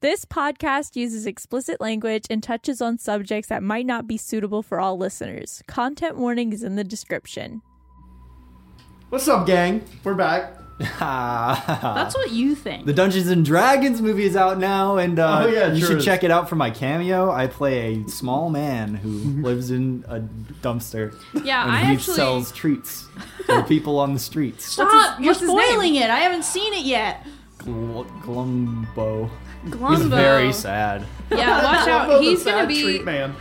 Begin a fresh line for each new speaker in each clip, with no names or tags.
This podcast uses explicit language and touches on subjects that might not be suitable for all listeners. Content warning is in the description.
What's up, gang? We're back.
That's
That's
what you think.
the Dungeons and Dragons movie is out now, and uh,
Oh, yeah,
you
sure
should
is.
check it out for my cameo. I play a small man who lives in a dumpster
yeah,
and
I
he
actually
sells treats for people on the streets.
stop. You're
what's his
spoiling it. I haven't seen it yet.
Gl- Glumbo.
Glumbo.
He's very sad.
Yeah, watch
Although
out.
the
He's gonna
sad
be.
treat man.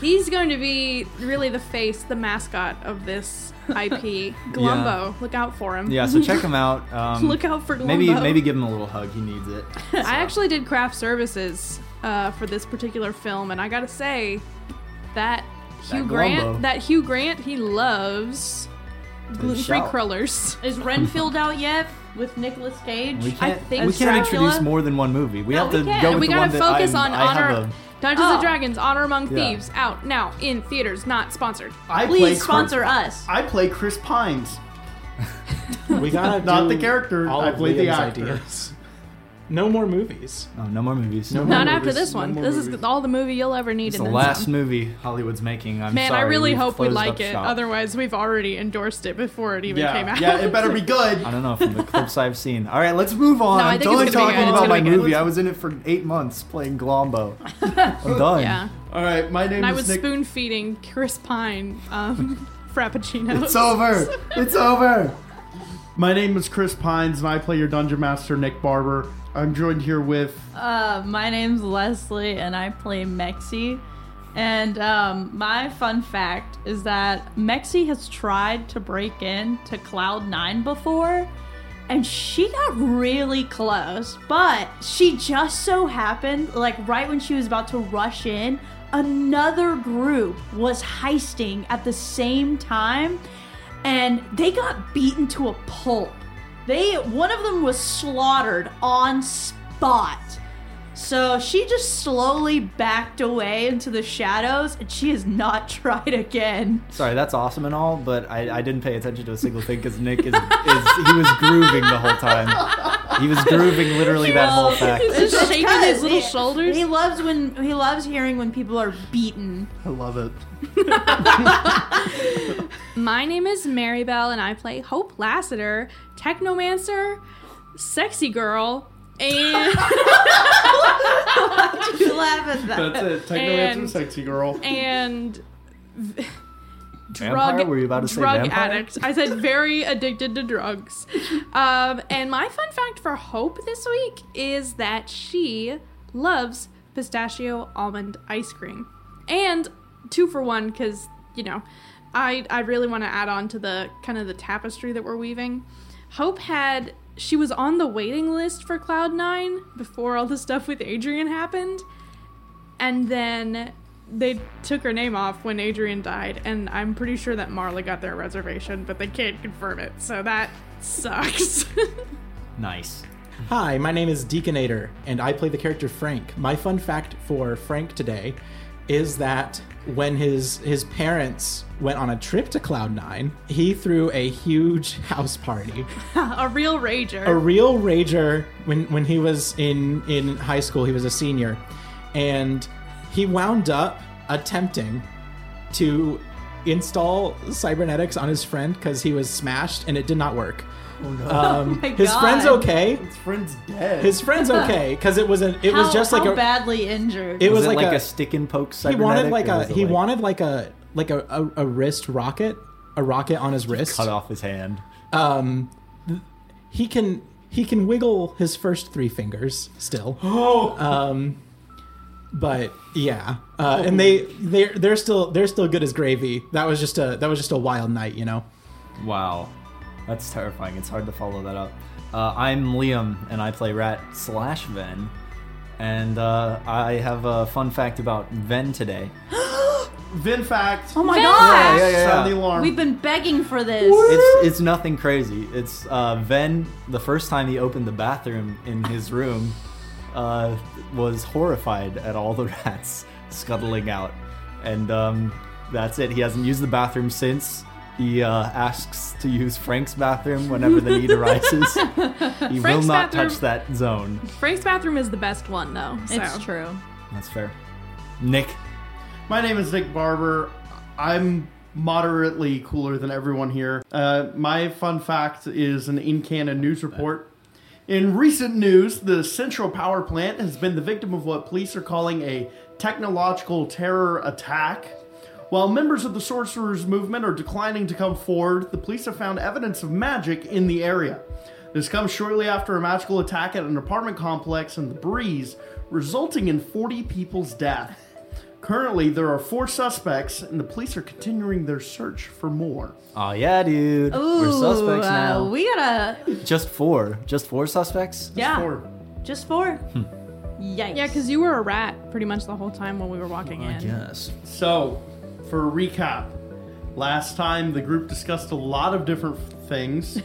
He's going to be really the face, the mascot of this IP. Glumbo, look out for him.
Yeah, so check him out. Um,
Look out for Glumbo.
Maybe maybe give him a little hug. He needs it.
I actually did craft services uh, for this particular film, and I gotta say that Hugh
Glumbo.
Grant, that Hugh Grant, he loves gluten-free
shout. Oh,
crullers.
Is Renfield out yet with Nicolas Cage?
We can't,
think
we can't
Dracula-
introduce more than one movie. We have
we
to
can't.
go
And
with
we
the
gotta
one that
focus
I'm-
on
I have
honor. Dungeons
Oh.
and Dragons, Honor Among
Yeah.
Thieves, out now in theaters, not sponsored.
I play
Please
Chris-
sponsor us.
I play Chris Pines.
We gotta
Not
do
the character,
All
I
of
played the
Liam's
actor.
ideas. No more movies.
a- oh, no more movies.
No more
Not after
movies,
this
no
one.
more
This
movies.
is all the movie you'll ever need.
It's the
and then
last
some.
movie Hollywood's making. I'm
Man,
sorry.
I really
we've
hope we
closed
like
up
it.
shop.
Otherwise, we've already endorsed it before it even
Yeah,
came out.
yeah, it better be good.
I don't know from the clips I've seen. All right, let's move on.
No, I
I'm
think it's
done
gonna be
talking
good. It's
about my
gonna be good.
movie. I was in it for eight months playing Glombo. I'm done.
Yeah.
All right, my name
And I
is
was
Nick.
spoon feeding Chris Pine um, frappuccinos.
It's over. It's over.
my name is Chris Pines, and I play your dungeon master, Nick Barber. I'm joined here with
Uh, my name's Leslie, and I play Mexi. And um, my fun fact is that Mexi has tried to break in to Cloud Nine before, and she got really close. But she just so happened, like right when she was about to rush in, another group was heisting at the same time, and they got beaten to a pulp. They one of them was slaughtered on spot. So she just slowly backed away into the shadows, and she has not tried again.
Sorry, that's awesome and all, but I, I didn't pay attention to a single thing because Nick is, is he was grooving the whole time. He was grooving literally that whole fact.
Just
That's
shaking his
because
little
he-
shoulders.
He loves when he loves hearing when people are beaten.
I love it.
My name is Marybelle, and I play Hope Lassiter, Technomancer, Sexy Girl, and
You laugh at that.
That's it. Technomancer,
And-
sexy girl.
and
Vampire? Were you about to say
drug
vampire?
addict. I said very addicted to drugs. Um, and my fun fact for Hope this week is that she loves pistachio almond ice cream, and two for one because you know, I I really want to add on to the kind of the tapestry that we're weaving. Hope had she was on the waiting list for Cloud Nine before all the stuff with Adrian happened and then they took her name off when Adrian died, and I'm pretty sure that Marla got their reservation, but they can't confirm it, so that sucks.
Nice.
Hi, my name is Deaconator, and I play the character Frank. My fun fact for Frank today is that when his his parents went on a trip to Cloud Nine, he threw a huge house party.
a real rager.
a real rager when when he was in in high school he was a senior and he wound up attempting to install cybernetics on his friend because he was smashed and it did not work um,
Oh my
his
God.
friend's okay
His friend's dead.
his friend's okay because it was an it
How,
was just like
how
a
badly injured.
it
Was
was like, a,
stick and poke
he
cybernetic?
wanted like
or
a
was it
he
like
wanted like a like a, a, a wrist rocket a rocket on his wrist
cut off his hand.
um th- he can he can wiggle his first three fingers still um but yeah uh, and they they are they're still they're still good as gravy that was just a that was just a wild night you know
Wow. That's terrifying. It's hard to follow that up. Uh, I'm Liam, and I play Rat slash Ven. And uh, I have a fun fact about Ven today.
Vin fact.
oh my
Vin-
god!
yeah, yeah.
Sound the alarm.
We've been begging for this.
It's, it's nothing crazy. It's uh, Ven, the first time he opened the bathroom in his room, uh, was horrified at all the rats scuttling out. And um, that's it. He hasn't used the bathroom since. He uh, asks to use Frank's bathroom whenever the need arises. he will
Frank's
not
bathroom-
touch that zone.
Frank's bathroom is the best one, though. So.
It's true.
That's fair. Nick,
My name is Nick Barber. I'm moderately cooler than everyone here. Uh, my fun fact is an in canon news report. In recent news, the Central Power Plant has been the victim of what police are calling a technological terror attack. While members of the Sorcerer's Movement are declining to come forward, the police have found evidence of magic in the area. This comes shortly after a magical attack at an apartment complex in the Breeze, resulting in 40 people's death. Currently, there are four suspects, and the police are continuing their search for more.
oh yeah, dude, we're suspects
uh,
now.
we gotta.
Just four, just four suspects.
Yeah.
Four.
Just four. Yikes.
Yeah, because you were a rat pretty much the whole time when we were walking in.
Yes.
So, for a recap, last time the group discussed a lot of different things.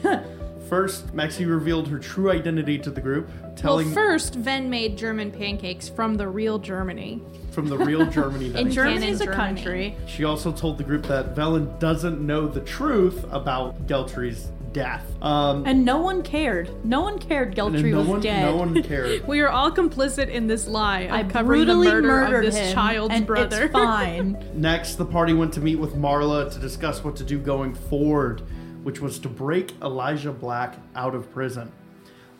First, Maxie revealed her true identity to the group,
Well,
telling
first, Ven made German pancakes from the real Germany.
from the real Germany that
In
he-
German-
Germany's a
Germany.
country.
she also told the group that Velen doesn't know the truth about Geltry's death. Um,
And no one cared. No one cared
and
Geltry
no
was
one,
dead.
no one cared.
We are all complicit in this lie of
I
covering the
brutally
murder
murdered
of this
him,
child's
and
brother.
It's fine.
Next, the party went to meet with Marla to discuss what to do going forward, which was to break Elijah Black out of prison.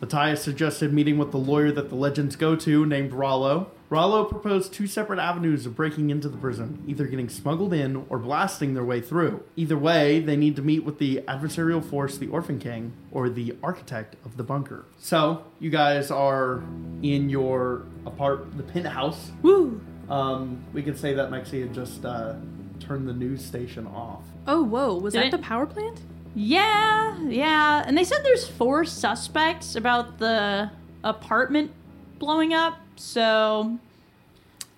Latias suggested meeting with the lawyer that the legends go to, named Rollo. Rollo proposed two separate avenues of breaking into the prison, either getting smuggled in or blasting their way through. Either way, they need to meet with the adversarial force, the Orphan King, or the architect of the bunker. So, you guys are in your apart, the penthouse.
Woo.
Um, we could say that Maxie had just uh, turned the news station off.
oh, whoa. Was
Did
that
it-
the power plant?
Yeah, yeah. And they said there's four suspects about the apartment blowing up, so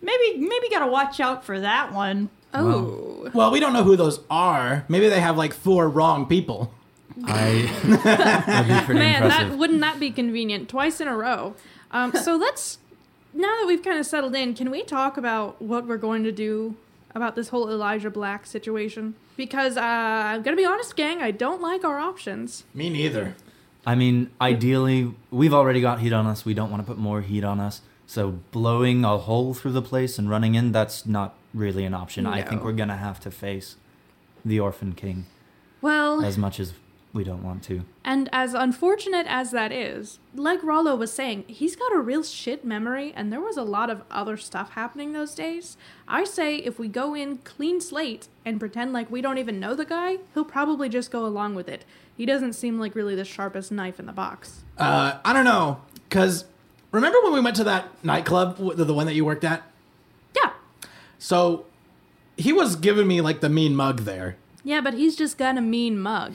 maybe maybe gotta watch out for that one.
Oh.
Well, we don't know who those are. Maybe they have like four wrong people.
I. That'd be pretty
Man,
impressive.
that wouldn't that be convenient twice in a row? Um, so let's now that we've kind of settled in, can we talk about what we're going to do about this whole Elijah Black situation? Because uh, I'm gonna be honest, gang, I don't like our options.
Me neither.
I mean, ideally, we've already got heat on us. We don't want to put more heat on us. So blowing a hole through the place and running in, that's not really an option. I think
No.
we're going to have to face the Orphan King
Well,
as much as we don't want to.
and as unfortunate as that is, like Rollo was saying, he's got a real shit memory, and there was a lot of other stuff happening those days. I say if we go in clean slate and pretend like we don't even know the guy, he'll probably just go along with it. He doesn't seem like really the sharpest knife in the box.
Uh, I don't know, cause remember when we went to that nightclub, w- the, the one that you worked at?
Yeah.
So he was giving me like the mean mug there.
Yeah, but he's just got a mean mug.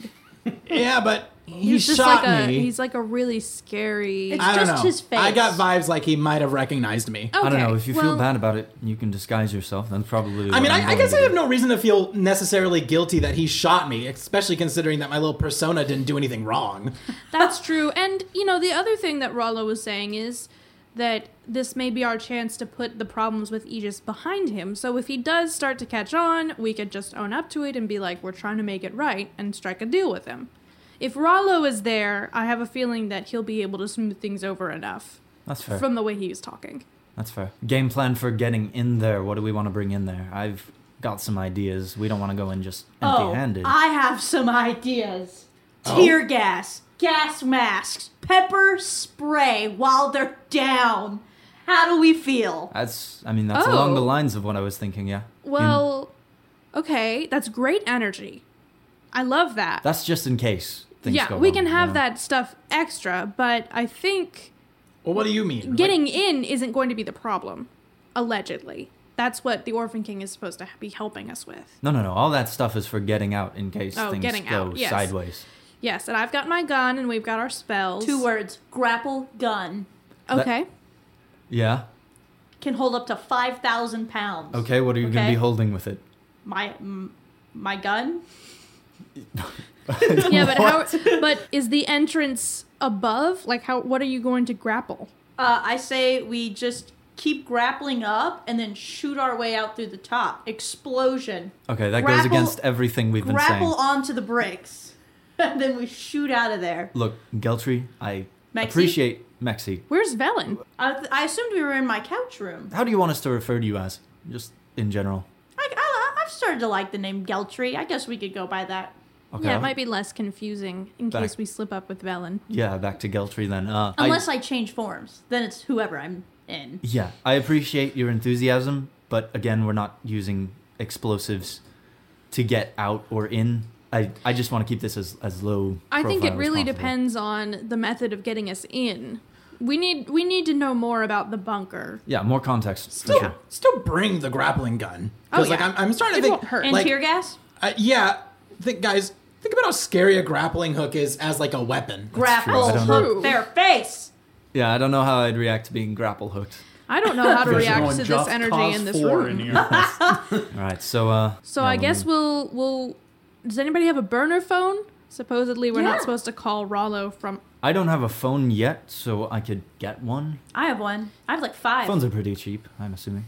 Yeah, but he
he's just
shot
like
me.
a he's like a really scary
It's-
I don't
just
know.
his face.
I got vibes like he might have recognized me.
Oh.
I don't know. If you feel
well,
bad about it, you can disguise yourself. That's probably.
I
what
mean,
I'm
I, I
going
guess
to
I
do.
have no reason to feel necessarily guilty that he shot me, especially considering that my little persona didn't do anything wrong.
that's true. And you know, the other thing that Rollo was saying is that this may be our chance to put the problems with Aegis behind him. So if he does start to catch on, we could just own up to it and be like, we're trying to make it right and strike a deal with him. If Rollo is there, I have a feeling that he'll be able to smooth things over enough
That's fair.
from the way he was talking.
That's fair. Game plan for getting in there. What do we want to bring in there? I've got some ideas. We don't want to go in just empty handed.
Oh, I have some ideas. Tear gas, gas masks, pepper spray while they're down. How do we feel?
that's, I mean, that's along the
Oh.
lines of what I was thinking, yeah. In-
Well, okay, that's great energy. I love that.
that's just in case things
yeah,
go
we
wrong,
can
you
have
know?
that stuff extra, but I think
Well, what do you mean?
getting in isn't going to be the problem, allegedly. That's what the Orphan King is supposed to be helping us with.
No, no, no. All that stuff is for getting out in case
Oh,
things
getting
go
out, yes.
sideways.
Yes, and I've got my gun and we've got our spells.
Two words: grapple gun
Okay.
Yeah.
can hold up to five thousand pounds.
Okay. What are you going
Okay.
to be holding with it?
My m- my gun.
yeah, but how but is the entrance above? Like how what are you going to grapple?
Uh, I say we just keep grappling up, and then shoot our way out through the top. Explosion.
Okay, that goes
Grapple-
against everything we've been saying.
grapple onto the brakes. And then we shoot out of there.
Look, Geltry, I
Mexi?
appreciate Mexi.
Where's Velen?
I, th- I assumed we were in my couch room.
How do you want us to refer to you as? Just in general.
I, I, I've started to like the name Geltry. I guess we could go by that.
Okay.
Yeah, it might be less confusing in
Back.
case we slip up with Velen.
Yeah, back to Geltry then. Uh, I-
Unless I change forms, then it's whoever I'm in.
Yeah, I appreciate your enthusiasm, but again, we're not using explosives to get out or in. I, I just want to keep this as, as low.
I think
profile
it
as
really
possible.
depends on the method of getting us in. We need we need to know more about the bunker.
Yeah, more context.
Still,
for sure.
still bring the grappling gun. Because
Oh,
like
yeah.
I'm, I'm starting to
It
think
won't hurt.
And
Like,
tear gas?
Uh, yeah, think guys, think about how scary a grappling hook is as like a weapon.
true. I
Grapple
don't
hook
know.
their face.
Yeah, I don't know how I'd react to being grapple hooked.
I don't know how to
Oh,
There's
react
no
to this
just
energy
cause
in this
for
room.
in here.
All right, so. Uh,
So
yeah,
I
let
guess
me-
we'll we'll. Does anybody have a burner phone? Supposedly we're
Yeah.
not supposed to call Rollo from.
I don't have a phone yet, so I could get one.
I have one. I have like five.
Phones are pretty cheap, I'm assuming.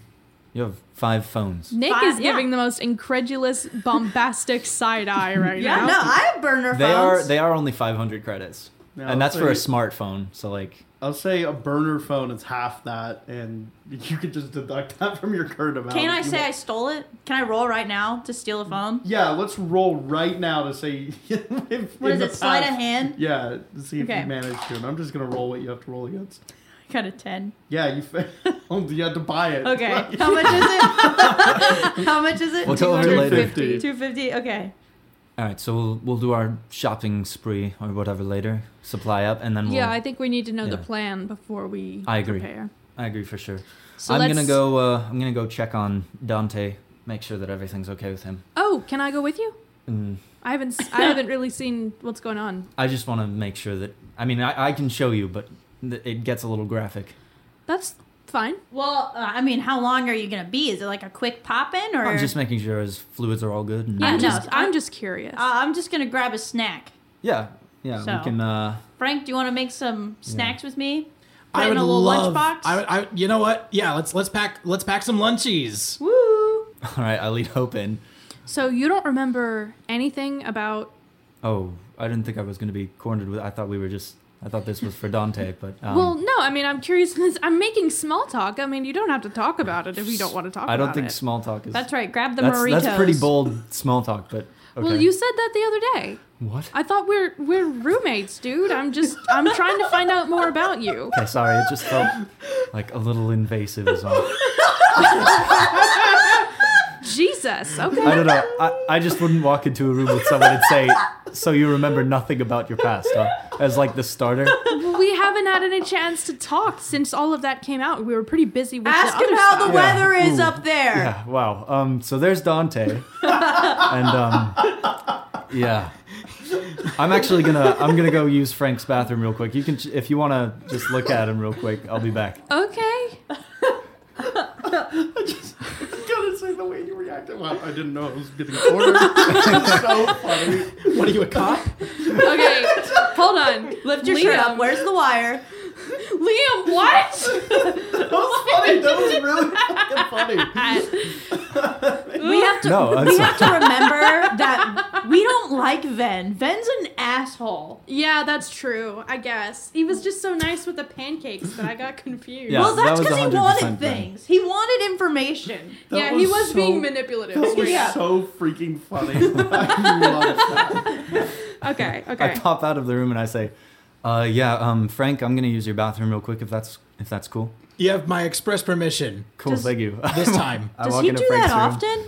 You have five phones.
Nick
Five-
is
yeah.
giving the most incredulous, bombastic side eye right
yeah,
now.
no, I have burner
They are
phones.
they are only 500 credits.
No,
and that's
so
for a
you-
smartphone, so like
I'll say a burner phone is half that, and you could just deduct that from your current amount.
Oh,
Can I
if you
say I
want.
stole it? Can I roll right now to steal a phone?
Yeah, let's roll right now to say. if,
What
in
is
the
it, sleight of
past-
hand?
Yeah, to see if
Okay.
you manage to. And I'm just gonna roll what you have to roll against.
I got a 10.
Yeah, you failed. you had to buy it.
Okay. How much is it? How much is it?
We'll go over it later.
250.
250. Okay.
All right, so we'll we'll do our shopping spree or whatever later, supply up, and then we'll,
Yeah, I think we need to know the
Yeah.
plan before we.
I agree.
Prepare.
I agree for sure.
So
I'm
let's-
gonna go. Uh, I'm gonna go check on Dante, make sure that everything's okay with him.
Oh, can I go with you?
And
I haven't. s- I haven't really seen what's going on.
I just want to make sure that. I mean, I, I can show you, but th- it gets a little graphic.
That's fine.
Well, uh, I mean, how long are you going to be? Is it like a quick pop in or?
I'm just making sure his fluids are all good. And
I'm
Yeah, no,
just. I'm just curious.
Uh, I'm just going to grab a snack.
yeah, yeah.
So.
We can. Uh,
Frank, do you want to make some snacks with me? Put
I
it in
would
a little
love.
lunchbox.
I, would- I, would- you know what? Yeah, let's let's pack let's pack some lunchies.
Woo!
all right, I lead Hope in.
so you don't remember anything about?
Oh, I didn't think I was gonna be cornered with. I thought we were just. I thought this was for Dante, but um,
well, no. I mean, I'm curious. 'cause I'm making small talk. I mean, you don't have to talk about it if you don't want to talk.
I don't
about
think
it.
small talk is.
That's right. Grab the
that's,
Maritos.
that's pretty bold small talk, but okay.
Well, you said that the other day.
what?
I thought we're we're roommates, dude. I'm just I'm trying to find out more about you.
Okay, sorry, it just felt like a little invasive as well.
Jesus.
I
Okay.
don't know. I, I just wouldn't walk into a room with someone and say, "So you remember nothing about your past?" Huh? As like the starter.
Well, we haven't had any chance to talk since all of that came out. We were pretty busy with
Ask
the
him
other
how
stuff.
the
Yeah.
weather is
Ooh.
up there.
Yeah. Wow. Um. So there's Dante, and um. Yeah. I'm actually gonna I'm gonna go use Frank's bathroom real quick. You can if you wanna just look at him real quick. I'll be back.
Oh,
okay.
I'm gonna say the way you reacted. Wow, I didn't know I was getting cornered. It's so funny.
What are you a cop?
Okay. Hold on.
Lift your shirt up.
Liam.
Where's the wire?
Liam, what?
That was funny. That was really fucking funny.
We have to.
No,
we
that's-
have to remember that we don't like Ven. Ven's an asshole.
Yeah, that's true. I guess he was just so nice with the pancakes that I got confused.
Yeah.
Yeah,
Well, that's
that was
because he
100%
wanted
Ven.
things. He wanted information.
That
he was
so-
being manipulative.
That was
Yeah.
so freaking funny. I love that.
Okay.
I
Okay.
pop out of the room and I say, uh, "Yeah, um, Frank, I'm gonna use your bathroom real quick if that's if that's cool."
You have my express permission
Cool, thank you.
this time,
I
Does
walk
he
into
do
Frank's
that
room.
often?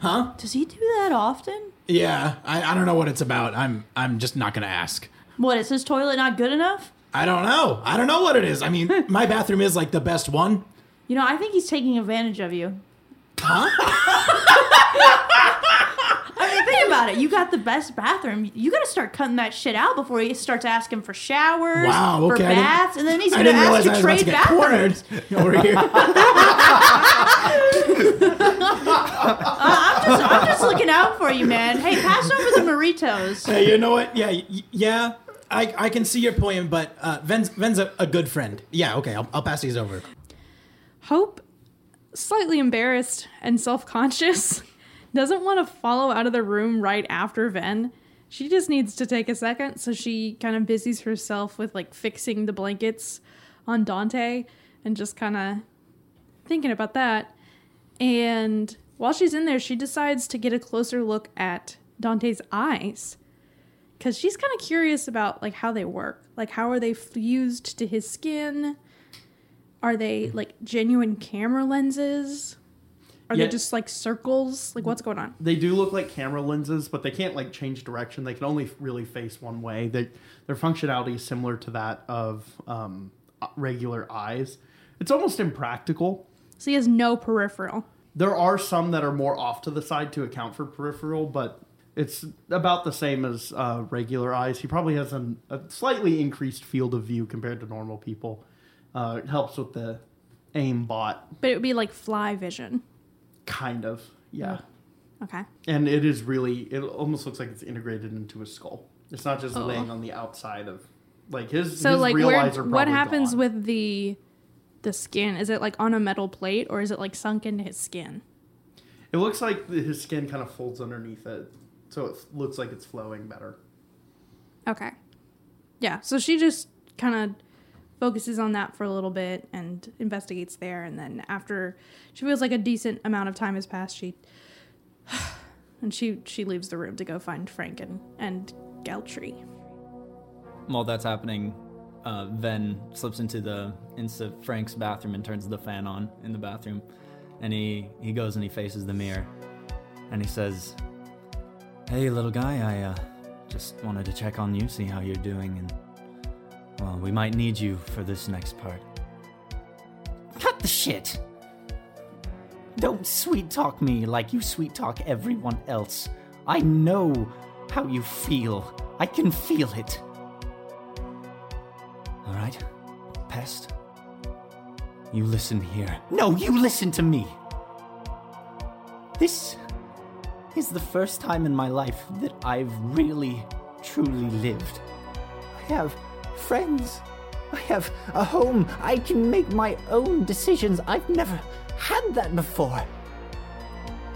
huh?
Does he do that often?
Yeah, I, I don't know what it's about. I'm I'm just not gonna ask.
What is his toilet not good enough?
I don't know. I don't know what it is. I mean, my bathroom is like the best one.
You know, I think he's taking advantage of you.
Huh?
I mean, think about it. You got the best bathroom. You got to start cutting that shit out before he starts asking for showers,
Wow, okay, I
for
didn't-
baths, and then he's
I
going to
didn't
ask
realize I
to
was about to
trade
get
bathrooms.
cornered over here.
Uh, I'm just, I'm just looking out for you, man. Hey, pass over the Maritos.
Hey, you know what? Yeah, y- yeah. I, I can see your point, but uh, Ven's Ven's a, a good friend. Yeah, okay, I'll, I'll pass these over.
Hope, slightly embarrassed and self conscious, doesn't want to follow out of the room right after Ven. She just needs to take a second, so she kind of busies herself with like fixing the blankets on Dante and just kind of thinking about that. And while she's in there, she decides to get a closer look at Dante's eyes because she's kind of curious about like how they work like how are they fused to his skin are they like genuine camera lenses are
Yeah.
they just like circles like what's going on
They do look like camera lenses, but they can't like change direction. They can only really face one way. They, their functionality is similar to that of um, regular eyes. It's almost impractical.
so he has no peripheral
There are some that are more off to the side to account for peripheral, but it's about the same as uh, regular eyes. He probably has an, a slightly increased field of view compared to normal people. Uh, it helps with the aim bot,
but it would be like fly vision
kind of. Yeah.
okay
And it is really, it almost looks like it's integrated into his skull. It's not just
Oh.
laying on the outside of, like, his,
so
his
like
real
where,
eyes are probably
what happens
gone.
with the the skin is it like on a metal plate or is it like sunk into his skin
It looks like the- his skin kind of folds underneath it, so it looks like it's flowing better.
Okay. Yeah, so she just kind of focuses on that for a little bit and investigates there. And then after she feels like a decent amount of time has passed, she and she she leaves the room to go find Frank and and Geltry.
While that's happening, uh, Ven slips into the into Frank's bathroom and turns the fan on in the bathroom, and he he goes and he faces the mirror, and he says, "Hey, little guy, I uh, just wanted to check on you, see how you're doing, and well, we might need you for this next part." Cut the shit! Don't sweet talk me like you sweet talk everyone else. I know how you feel. I can feel it. All right, pest. You listen here. No, you listen to me. This is the first time in my life that I've really, truly lived. I have friends. I have a home. I can make my own decisions. I've never had that before.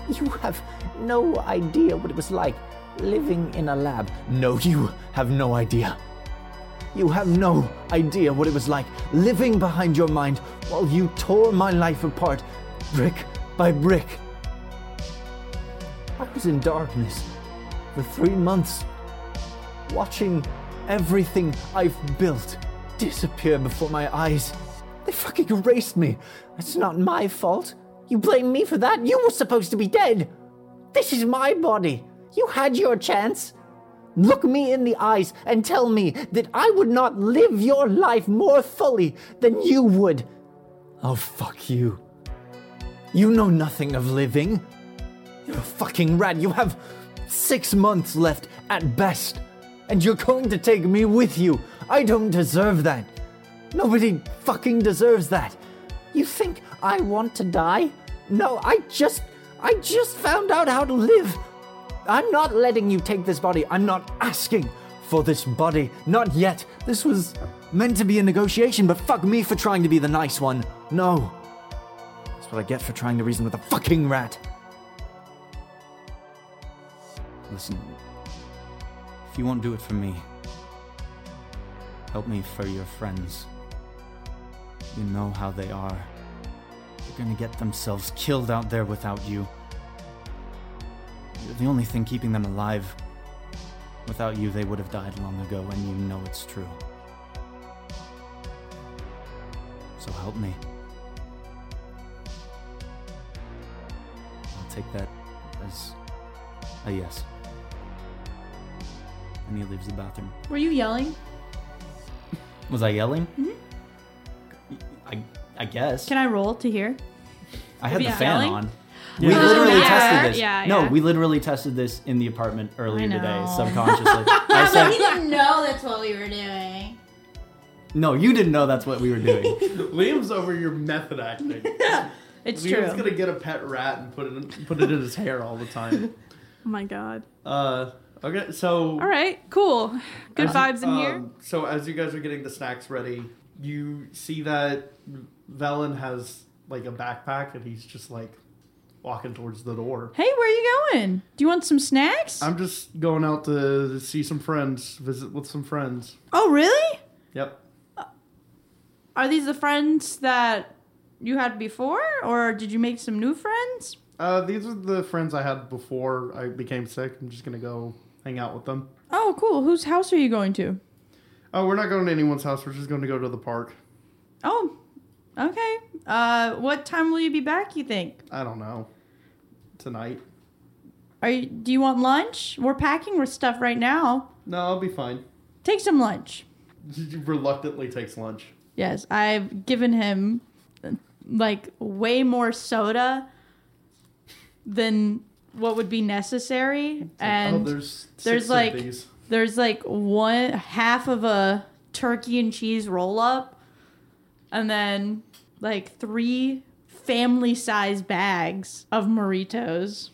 You have no idea what it was like living in a lab. No, you have no idea. You have no idea what it was like living behind your mind while you tore my life apart, brick by brick. I was in darkness for three months, watching everything I've built disappear before my eyes. They fucking erased me. It's not my fault. You blame me for that? You were supposed to be dead. This is my body. You had your chance. Look me in the eyes and tell me that I would not live your life more fully than you would. Oh, fuck you. You know nothing of living. You're a fucking rat. You have six months left at best. And you're going to take me with you. I don't deserve that. Nobody fucking deserves that. You think I want to die? No, I just. I just found out how to live. I'm not letting you take this body. I'm not asking for this body. Not yet. This was meant to be a negotiation, but fuck me for trying to be the nice one. No. That's what I get for trying to reason with a fucking rat. Listen. If you won't do it for me, help me for your friends. You know how they are. They're gonna get themselves killed out there without you. You're the only thing keeping them alive. Without you, they would have died long ago, and you know it's true. So help me. I'll take that as a yes. And he leaves the bathroom.
Were you yelling?
Was I yelling? I, I guess.
Can I roll to hear?
I had the
Yeah.
fan
Yelling?
on. We literally
Oh, Yeah.
tested this.
Yeah,
no,
yeah.
we literally tested this in the apartment earlier
I
today,
know.
subconsciously. I said,
didn't know that's what we were doing.
no, you didn't know that's what we were doing.
Liam's over your method acting.
It's
Liam's
true.
gonna get a pet rat and put it in, put it in his hair all the time.
Oh my god!
Uh, okay, so
All right, cool, good
As you-
vibes in here.
Uh, um, So as you guys are getting the snacks ready, you see that Velen has like a backpack, and he's just like walking towards the door.
Hey, where you going? Do you want some snacks?
I'm just going out to see some friends, visit with some friends.
oh, really?
Yep.
Are these the friends that you had before, or did you make some new friends?
Uh, these are the friends I had before I became sick. I'm just gonna go hang out with them.
Oh, cool. Whose house are you going to?
Oh, we're not going to anyone's house. We're just going to go to the park.
Oh, okay. Uh, what time will you be back? You think?
I don't know. Tonight.
Are you, do you want lunch? We're packing with stuff right now.
No, I'll be fine.
Take some lunch.
He reluctantly takes lunch.
Yes, I've given him like way more soda than what would be necessary, and
oh, there's
there's, like- there's like one half of a turkey and cheese roll up, and then like three family size bags of Moritos.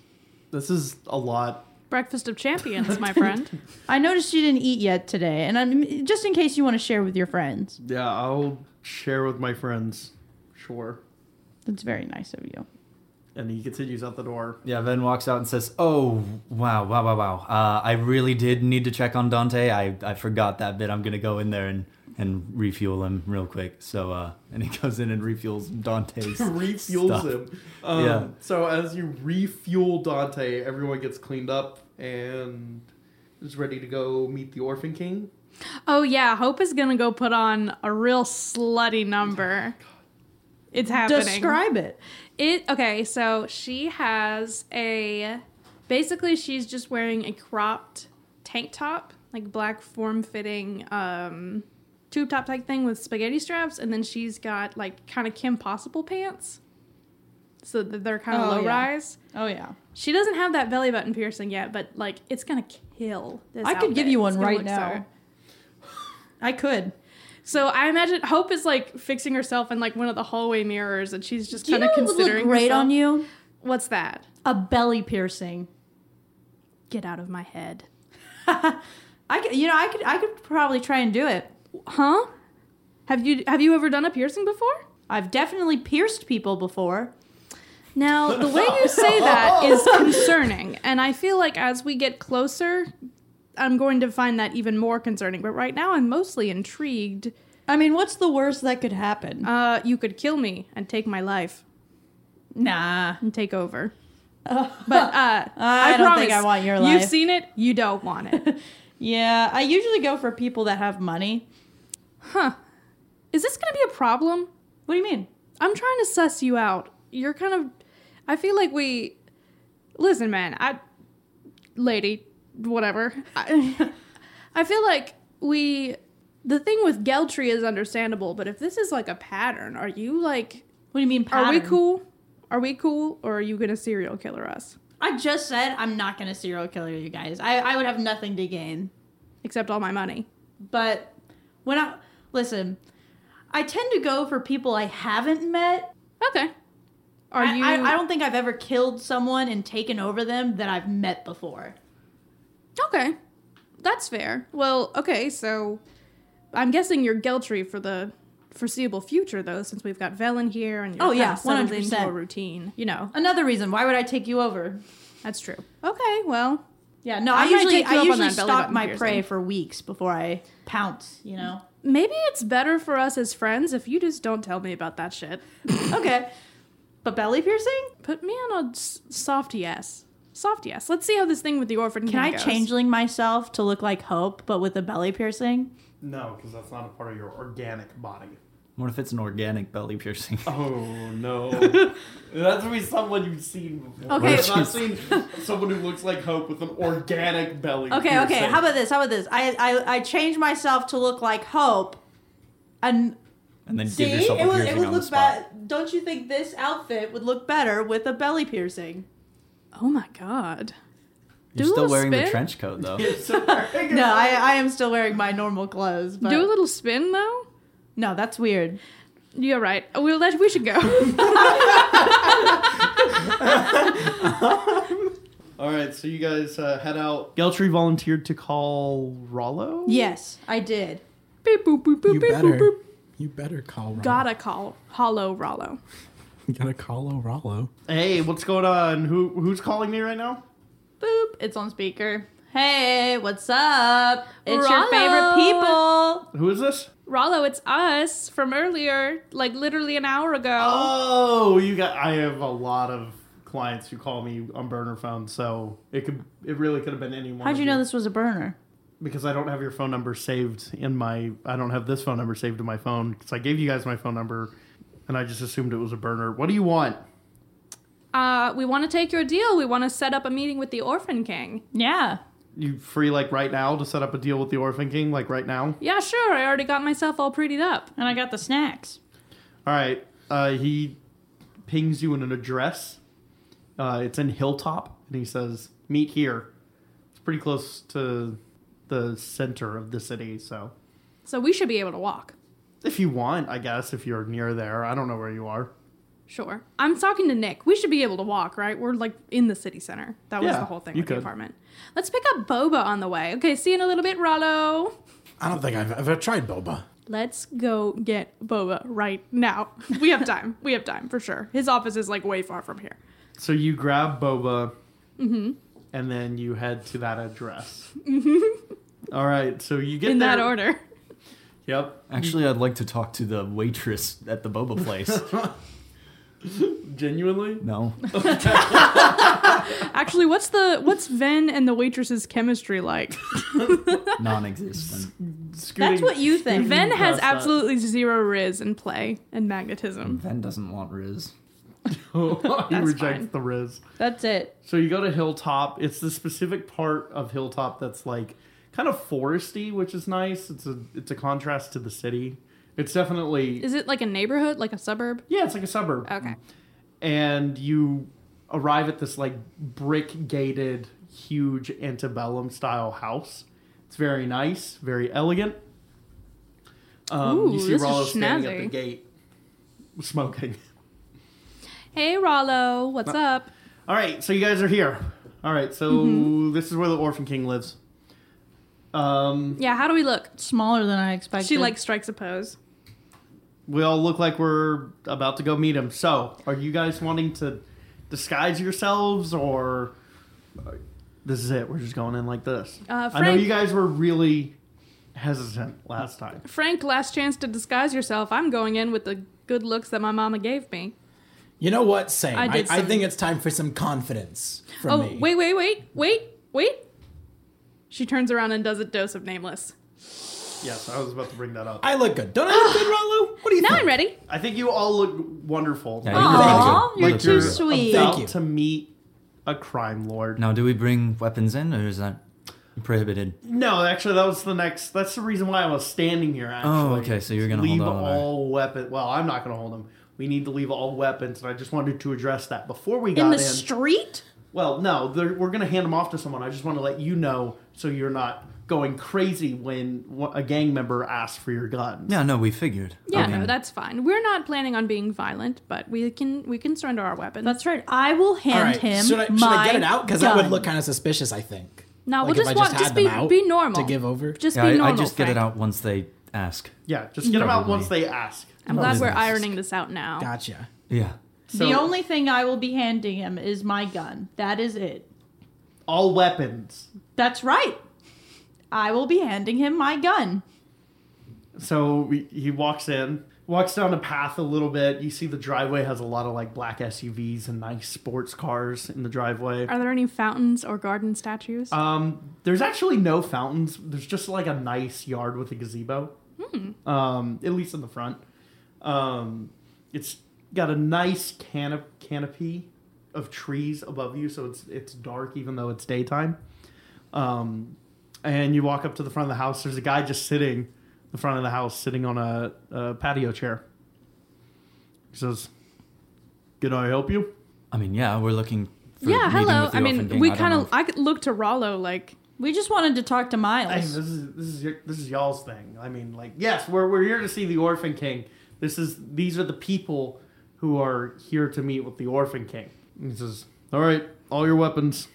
This is a lot.
Breakfast of Champions, my friend.
I noticed you didn't eat yet today, and I'm just in case you want to share with your friends.
Yeah, I'll share with my friends. Sure.
That's very nice of you.
And he continues out the door.
Yeah, Ven walks out and says, "Oh, wow, wow, wow, wow! Uh, I really did need to check on Dante. I, I forgot that bit. I'm gonna go in there and, and refuel him real quick. So, uh, and he goes in and refuels Dante's.
Refuels
stuff.
him. Um,
Yeah.
So as you refuel Dante, everyone gets cleaned up and is ready to go meet the Orphan King.
Oh yeah, Hope is gonna go put on a real slutty number. It's happening.
Describe it.
it. Okay, so she has a. Basically, she's just wearing a cropped tank top, like black form-fitting um, tube top type thing with spaghetti straps, and then she's got like kind of Kim Possible pants, so that they're kind of
Oh, yeah.
low rise.
Oh yeah.
She doesn't have that belly button piercing yet, but like it's gonna kill. This
I could give
outfit.
you one
It's gonna
right
look
now.
so-
I could.
So I imagine Hope is like fixing herself in like one of the hallway mirrors, and she's just
Do you
kind
know
of
what would
considering.
look great
herself.
on you?
What's that?
A belly piercing.
Get out of my head.
I could, you know, I could, I could probably try and do it.
Huh? Have you have you ever done a piercing before?
I've definitely pierced people before.
Now the way you say that is concerning, and I feel like as we get closer, I'm going to find that even more concerning. But right now, I'm mostly intrigued.
I mean, what's the worst that could happen?
Uh, you could kill me and take my life
nah,
and take over. But uh,
I, don't think I
promise,
want your
You've
life.
seen it. You don't want it.
yeah, I usually go for people that have money.
Is this going to be a problem?
What do you mean?
I'm trying to suss you out. You're kind of. I feel like we. Listen, man. I. Lady, whatever. I, I feel like we. The thing with Geltry is understandable, but if this is like a pattern, are you like.
What do you mean? Pattern?
Are we cool? Are we cool? Or are you going to serial killer us?
I just said I'm not gonna serial killer you guys. I, I would have nothing to gain.
Except all my money.
But when I listen, I tend to go for people I haven't met.
Okay. Are
I,
you.
I, I don't think I've ever killed someone and taken over them that I've met before.
Okay. That's fair. Well, okay, so I'm guessing you're Geltry for the foreseeable future, though, since we've got Velen here and you're
Oh,
kind
yeah,
of settled into a
100%.
routine. You know,
Another reason why would I take you over?
that's true. Okay, well,
Yeah, no,
I
I,
might
usually
take you up
I
on
usually
that belly
stalk
button
my
piercing.
prey for weeks before I pounce. You know.
maybe it's better for us as friends if you just don't tell me about that shit.
okay, but belly piercing?
Put me on a s- soft yes. Soft yes. Let's see how this thing with the orphan
Can I
goes.
changeling myself to look like Hope, but with a belly piercing?
No, because that's not a part of your organic body.
What if it's an organic belly piercing?
Oh no. That's gonna be someone you've seen before.
Okay.
I've not seen someone who looks like Hope with an organic belly.
Okay, okay.
piercing.
How about this? How about this? I I, I change myself to look like Hope, and
And then
see,
give yourself a
it would
piercing
it would
on the
look
spot.
better. Don't you think this outfit would look better with a belly piercing?
Oh my god.
You're
Do a
still
little
wearing the
spin.
trench coat though.
So wearing a-
No, I uh, I am still wearing my normal clothes, but
Do a little spin, though.
no, that's weird.
You're right. We'll let, we should go.
All right, so you guys uh, head out. Geltry volunteered to call Rollo.
Yes, I did.
beep, boop, boop, boop,
You
beep,
better,
boop, boop.
you better call. Ron.
Gotta call Hollow Rollo.
Gotta call O'Rallo.
Hey, what's going on? Who who's calling me right now?
Boop. It's on speaker. Hey, what's up? It's your
Rollo.
favorite people.
Who is this?
Rollo, it's us from earlier, like literally an hour ago.
Oh, you got. I have a lot of clients who call me on burner phone, so it could it really could have been anyone.
How'd you know this was a burner?
Because I don't have your phone number saved in my. I don't have this phone number saved in my phone because I gave you guys my phone number, and I just assumed it was a burner. What do you want?
Uh, we want to take your deal. We want to set up a meeting with the Orphan King.
Yeah.
You free like right now to set up a deal with the Orphan King? Like right now?
Yeah, sure. I already got myself all prettied up.
And I got the snacks.
All right. Uh, he pings you in an address. Uh, it's in Hilltop, and he says, "Meet here." It's pretty close to the center of the city, so
So we should be able to walk.
if you want, I guess if you're near there, I don't know where you are.
Sure. I'm talking to Nick. We should be able to walk, right? We're like in the city center. That was
Yeah,
the whole thing
you
with the
could.
apartment. Let's pick up boba on the way. Okay, see you in a little bit, Rollo.
I don't think I've ever tried boba.
Let's go get boba right now. We have time. we have time for sure. His office is like way far from here.
So you grab Boba,
Mm-hmm.
and then you head to that address. All right, so you get
Mm-hmm. In that
there-
order.
Yep,
Actually, I'd like to talk to the waitress at the boba place.
genuinely.
no.
Actually, what's the what's Ven and the waitress's chemistry like?
Non existent.
Scooting,
That's what you think.
Ven has
past that.
absolutely zero riz in play and magnetism.
Ven doesn't want Riz.
he
That's
rejects
fine.
the Riz.
That's it.
So you go to Hilltop. It's the specific part of Hilltop that's like kind of foresty, which is nice. It's a it's a contrast to the city. It's definitely
Is it like a neighborhood, like a suburb?
yeah, it's like a suburb.
Okay.
And you arrive at this like brick gated, huge antebellum style house. It's very nice, very elegant. Um,
Ooh,
you see
this is
Rollo standing at the
snazzy.
gate, smoking.
Hey Rollo, what's up?
All right, so you guys are here. All right, so
Mm-hmm.
this is where the Orphan King lives. Um,
Yeah, how do we look?
Smaller than I expected.
She like strikes a pose.
we all look like we're about to go meet him. So, are you guys wanting to disguise yourselves, or uh, this is it? We're just going in like this.
Uh,
I know
Frank-
you guys were really hesitant last time.
Frank, last chance to disguise yourself. I'm going in with the good looks that my mama gave me.
You know what? Same.
I
I,
did
I,
some-
think it's time for some confidence from
Oh,
me.
wait, wait, wait, wait, wait. She turns around and does a dose of nameless.
Yes, I was about to bring that up.
I look good. Don't I look good, Rollo? What do you
Now
think?
I'm ready.
I think you all look wonderful.
Yeah,
you
look
Aw,
good.
you're
look
too
good.
sweet. Sweet.
About
Thank you.
to meet a crime lord.
Now, do we bring weapons in, or is that prohibited?
No, actually, that was the next. That's the reason why I was standing here. Actually.
Oh, okay, so you're gonna hold
leave
on to that.
all weapons. Well, I'm not gonna hold them. We need to leave all weapons, and I just wanted to address that before we got
in
in.
the street?
well, no, they're- we're gonna hand them off to someone. I just want to let you know so you're not going crazy when wh- a gang member asks for your guns.
Yeah, no, we figured.
Yeah,
I mean,
no, that's fine. We're not planning on being violent, but we can we can surrender our weapons.
That's right. I will hand
All right.
him.
should I, should
my
I get it out? Because that would
gun.
look kind of suspicious. I think.
no,
Like,
we'll
if I
just walk.
had
Just
them
be
out
be normal.
to give over.
Just
Yeah,
be
I,
normal.
I just get it
Frank.
out once they ask.
Yeah, just get them out
Probably.
once they ask.
I'm glad we're
Yes.
ironing this out now.
Gotcha.
Yeah.
So
the only thing I will be handing him is my gun. That is it.
all weapons.
That's right. I will be handing him my gun.
So we, he walks in, walks down a path a little bit. You see the driveway has a lot of like black SUVs and nice sports cars in the driveway.
Are there any fountains or garden statues?
Uh,
Um, there's actually no fountains. There's just like a nice yard with a gazebo. Um, at least in the front. Um, it's got a nice canop- canopy of trees above you, so it's it's dark even though it's daytime. Um, and you walk up to the front of the house. There's a guy just sitting in the front of the house, sitting on a, a patio chair. He says, "Can I help you?"
I mean, yeah, we're looking. For
yeah,
meeting
hello.
with the
I
orphan
mean,
gang.
we
don't
kind
know
of
if-
I could look to Rollo like
We just wanted to talk to
Hey,
Miles.
this is this is your, this is y'all's thing. I mean, like, yes, we're we're here to see the Orphan King. This is these are the people who are here to meet with the Orphan King. He says, "All right, all your weapons."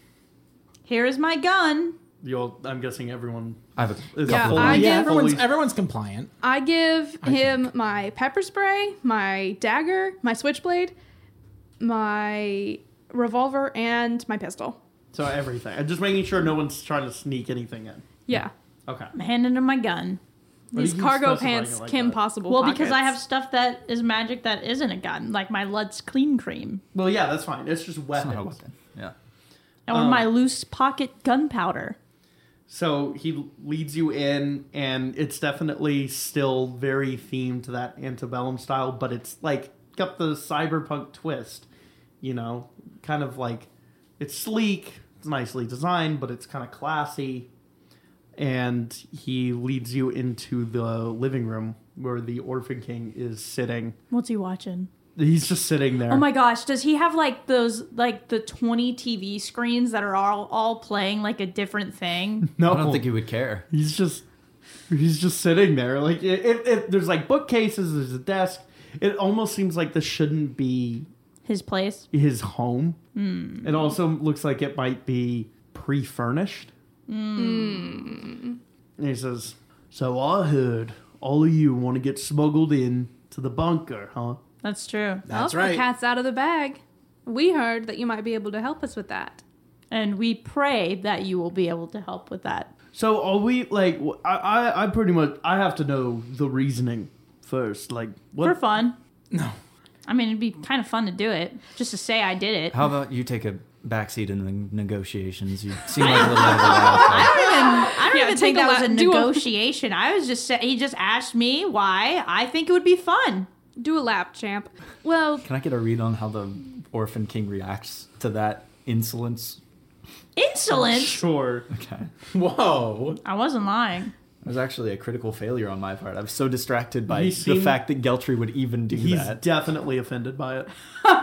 Here is my gun.
You all, I'm guessing everyone.
I have a couple
Is
Yeah,
of
fully-
I
Yeah,
get-
everyone's
fully-
everyone's compliant.
I give
I
him my pepper spray, my dagger, my switchblade, my revolver, and my pistol.
So everything. I'm just making sure no one's trying to sneak anything in.
Yeah.
Okay.
I'm handing him my gun.
Why
These
do you
cargo
specify it
pants,
like
Kim
that?
Possible.
Well, because I have
pockets.
stuff that is magic that isn't a gun, like my Lutz Clean Cream
Well, yeah, that's fine. It's just
It's
weapons.
not a weapon. Yeah.
or
Um,
my loose pocket gunpowder.
So he leads you in, and it's definitely still very themed to that antebellum style, but it's like got the cyberpunk twist, you know? Kind of like it's sleek, it's nicely designed, but it's kind of classy. And he leads you into the living room where the Orphan King is sitting.
What's he watching?
He's just sitting there.
Oh my gosh, does he have like those like the 20 TV screens that are all all playing like a different thing?
no,
I don't think he would care.
he's just he's just sitting there like it, it, it there's like bookcases there's a desk it almost seems like this shouldn't be
His place?
his home it also looks like it might be pre-furnished and he says so i heard all of you want to get smuggled in to the bunker huh
That's true.
That's
Oh, The
right.
cat's out of the bag. We heard that you might be able to help us with that.
And we pray that you will be able to help with that.
so are we like wh- i i, I pretty much i have to know the reasoning first like what
For fun.
No.
I mean, it'd be kind of fun to do it just to say I did it.
How about you take a backseat in the negotiations? You seem like a little out of the wild.
I don't
Yeah,
even
take
think
a
that was
la-
a
do a-
negotiation. I was just sa- he just asked me why I think it would be fun.
Do a lap, champ. Well,
Can I get a read on how the orphan king reacts to that insolence?
Insolence.
sure
Okay.
Whoa.
I wasn't lying.
It was actually a critical failure on my part. I was so distracted by
He
the
seemed-
fact that Geltry would even do
he's
that.
definitely offended by it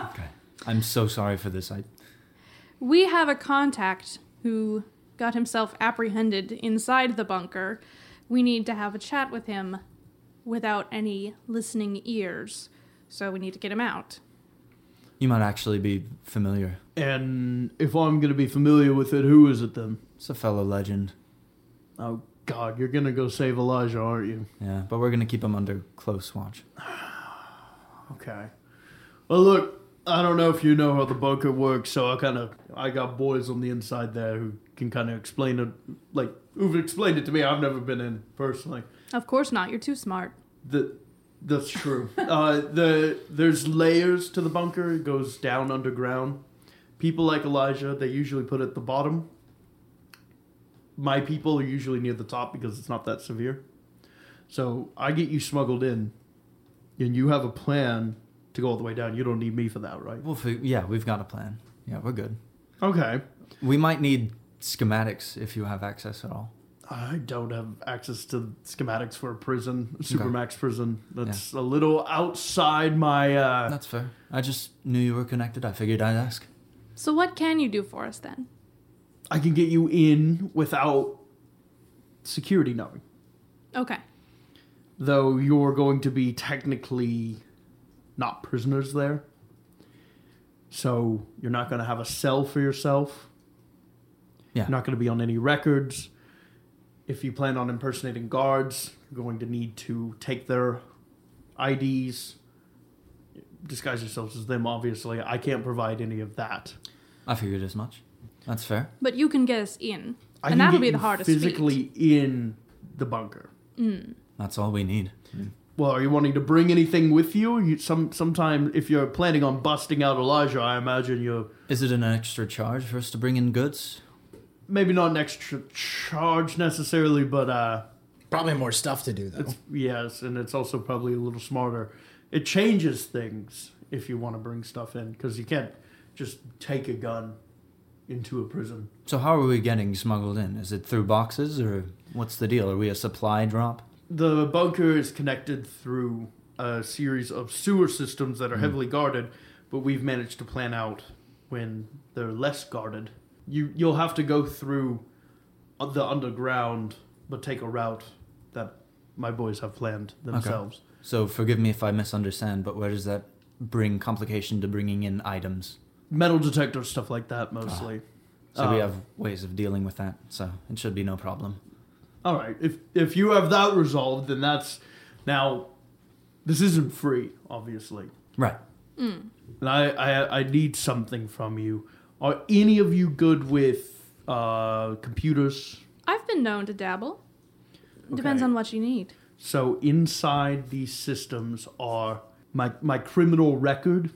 okay. I'm so sorry for this. I
we have a contact who got himself apprehended inside the bunker. We need to have a chat with him without any listening ears. So we need to get him out.
you might actually be familiar.
And if I'm going to be familiar with it, who is it then?
It's a fellow legend.
Oh, God, you're going to go save Elijah, aren't you?
Yeah, but we're gonna keep him under close watch.
Okay. Well, look, I don't know if you know how the bunker works, so I kind of, I got boys on the inside there who can kind of explain it, like, who've explained it to me. I've never been in personally.
Of course not. You're too smart.
The, that's true. uh, the there's layers to the bunker. It goes down underground. People like Elijah, they usually put it at the bottom. My people are usually near the top because it's not that severe. So I get you smuggled in, and you have a plan to go all the way down. You don't need me for that, right?
Well, fi- yeah, we've got a plan. Yeah, we're good.
Okay.
We might need schematics if you have access at all.
I don't have access to schematics for a prison, supermax prison. That's a little outside my. Uh,
That's fair. I just knew you were connected. I figured I'd ask.
So what can you do for us then?
I can get you in without security knowing.
Okay.
Though you're going to be technically not prisoners there. So you're not going to have a cell for yourself.
Yeah.
You're not going to be on any records. If you plan on impersonating guards, you're going to need to take their IDs, disguise yourselves as them, obviously. I can't provide any of that.
I figured as much. That's fair.
But you can get us in.
I
and
can
that'll
get
be the
you
hardest feat.
Physically in the bunker.
That's all we need.
Well, are you wanting to bring anything with you? you some sometime if you're planning on busting out Elijah, I imagine you're
Is it an extra charge for us to bring in goods?
maybe not an extra charge necessarily, but uh,
Probably more stuff to do though.
yes, and it's also probably a little smarter. It changes things if you want to bring stuff in because you can't just take a gun into a prison.
So how are we getting smuggled in? Is it through boxes or what's the deal? Are we a supply drop?
The bunker is connected through a series of sewer systems that are heavily guarded, but we've managed to plan out when they're less guarded. You you'll have to go through uh, the underground, but take a route that my boys have planned themselves.
So forgive me if I misunderstand, but where does that bring complication to bringing in items?
Metal detectors, stuff like that, mostly.
So we
Um,
have ways of dealing with that. So it should be no problem.
All right, if if you have that resolved, then that's now. This isn't free, obviously.
Right.
and I, I, I need something from you. Are any of you good with uh, computers?
I've been known to dabble. Depends
Okay.
on what you need.
So inside these systems are my my criminal record.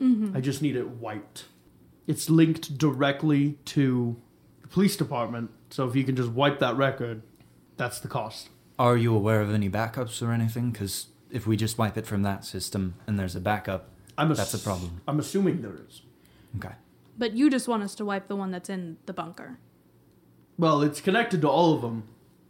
I just need it wiped. It's linked directly to the police department. So if you can just wipe that record, that's the cost.
Are you aware of any backups or anything? Because if we just wipe it from that system and there's a backup,
I'm
That's a problem.
I'm assuming there is.
okay.
But you just want us to wipe the one that's in the bunker.
Well, it's connected to all of them.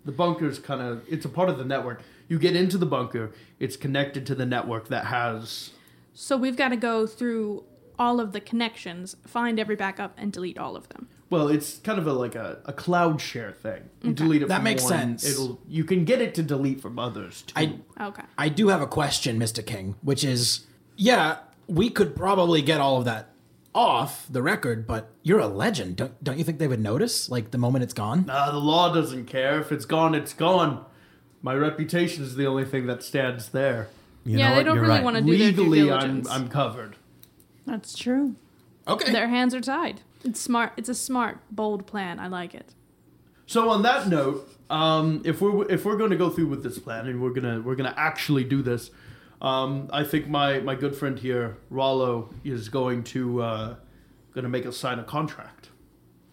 The bunker's kind of it's a part of the network. You get into the bunker, it's connected to the network that has
So we've got to go through all of the connections, find every backup, and delete all of them.
well, it's kind of a, like a, a cloud share thing. You delete it
That
from
makes
one,
sense.
It'll you can get it to delete from others too.
I
Okay.
I do have a question, Mr. King, which is yeah, we could probably get all of that off the record, but you're a legend. Don't don't you think they would notice like the moment it's gone?
Ah, the law doesn't care. If it's gone, it's gone. My reputation is the only thing that stands there.
You
yeah,
know
they
what?
don't
You're
really
right.
want to do their due
Legally, I'm,
diligence.
I'm covered.
That's true.
Okay.
Their hands are tied. It's smart. It's a smart, bold plan. I like it.
So on that note, um, if we're if we're going to go through with this plan and we're gonna we're gonna actually do this, um, I think my my good friend here, Rollo, is going to uh, gonna make us sign a contract.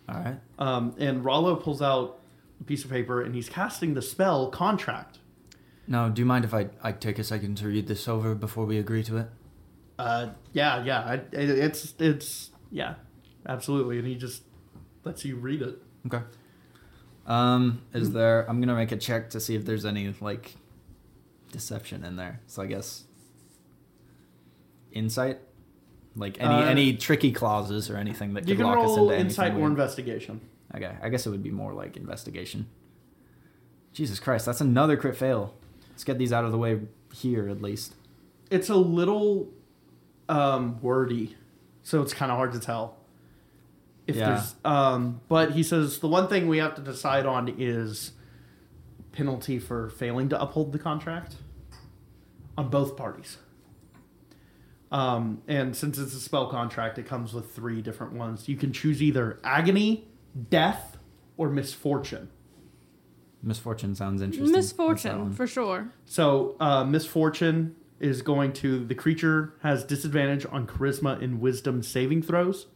All right.
Um, and Rollo pulls out a piece of paper and he's casting the spell contract.
Now, do you mind if I, I take a second to read this over before we agree to it?
Uh, yeah, yeah, I, it, it's it's yeah, absolutely. And he just lets you read it.
Okay. Um, is there? I'm gonna make a check to see if there's any like deception in there. So I guess insight, like any
Uh,
any tricky clauses or anything that
you
could
can
lock us
roll
into anything
insight or
weird.
investigation.
Okay, I guess it would be more like investigation. Jesus Christ, that's another crit fail. Let's get these out of the way here at least.
It's a little um, wordy, so it's kind of hard to tell. If
Yeah.
there's, um, but he says the one thing we have to decide on is penalty for failing to uphold the contract on both parties. Um, and since it's a spell contract, it comes with three different ones. You can choose either agony, death, or misfortune.
Misfortune sounds interesting. What's that
Misfortune,
one?
for sure.
So uh, misfortune is going to the creature has disadvantage on charisma and wisdom saving throws.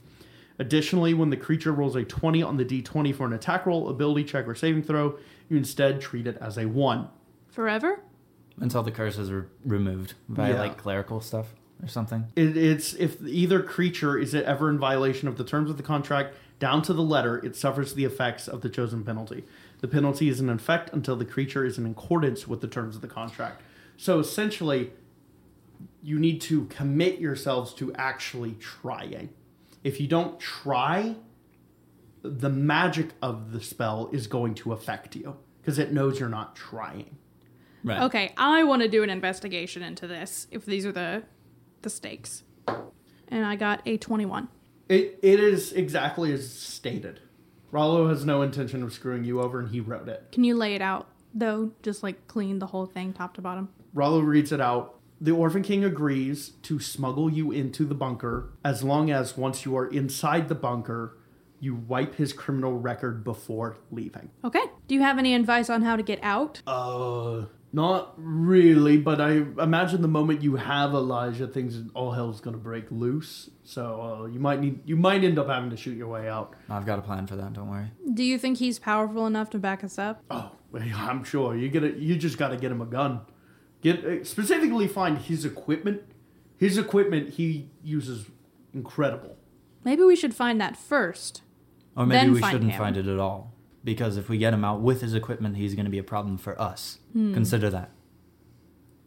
Additionally, when the creature rolls a 20 on the d20 for an attack roll, ability check, or saving throw, you instead treat it as a 1.
Forever?
until the curse is re- removed by
Yeah.
like clerical stuff or something.
It, it's if either creature is ever in violation of the terms of the contract down to the letter, it suffers the effects of the chosen penalty. The penalty is in effect until the creature is in accordance with the terms of the contract. So essentially, you need to commit yourselves to actually trying. If you don't try, the magic of the spell is going to affect you because it knows you're not trying.
Right.
Okay, I want to do an investigation into this if these are the the stakes. And I got a 21.
It it is exactly as stated. Rollo has no intention of screwing you over, and he wrote it.
Can you lay it out though? Just like clean the whole thing top to bottom.
Rollo reads it out. The Orphan King agrees to smuggle you into the bunker as long as once you are inside the bunker, you wipe his criminal record before leaving.
Okay. Do you have any advice on how to get out?
Uh, not really, but I imagine the moment you have Elijah, things all hell's gonna break loose. So uh, you might need you might end up having to shoot your way out.
I've got a plan for that. Don't worry.
Do you think he's powerful enough to back us up?
Oh, I'm sure you get it. You just got to get him a gun. Get uh, specifically find his equipment. His equipment he uses incredible.
Maybe we should find that first.
Or maybe
Then
we
find
shouldn't
him.
find it at all. Because if we get him out with his equipment, he's going to be a problem for us.
Hmm.
Consider that.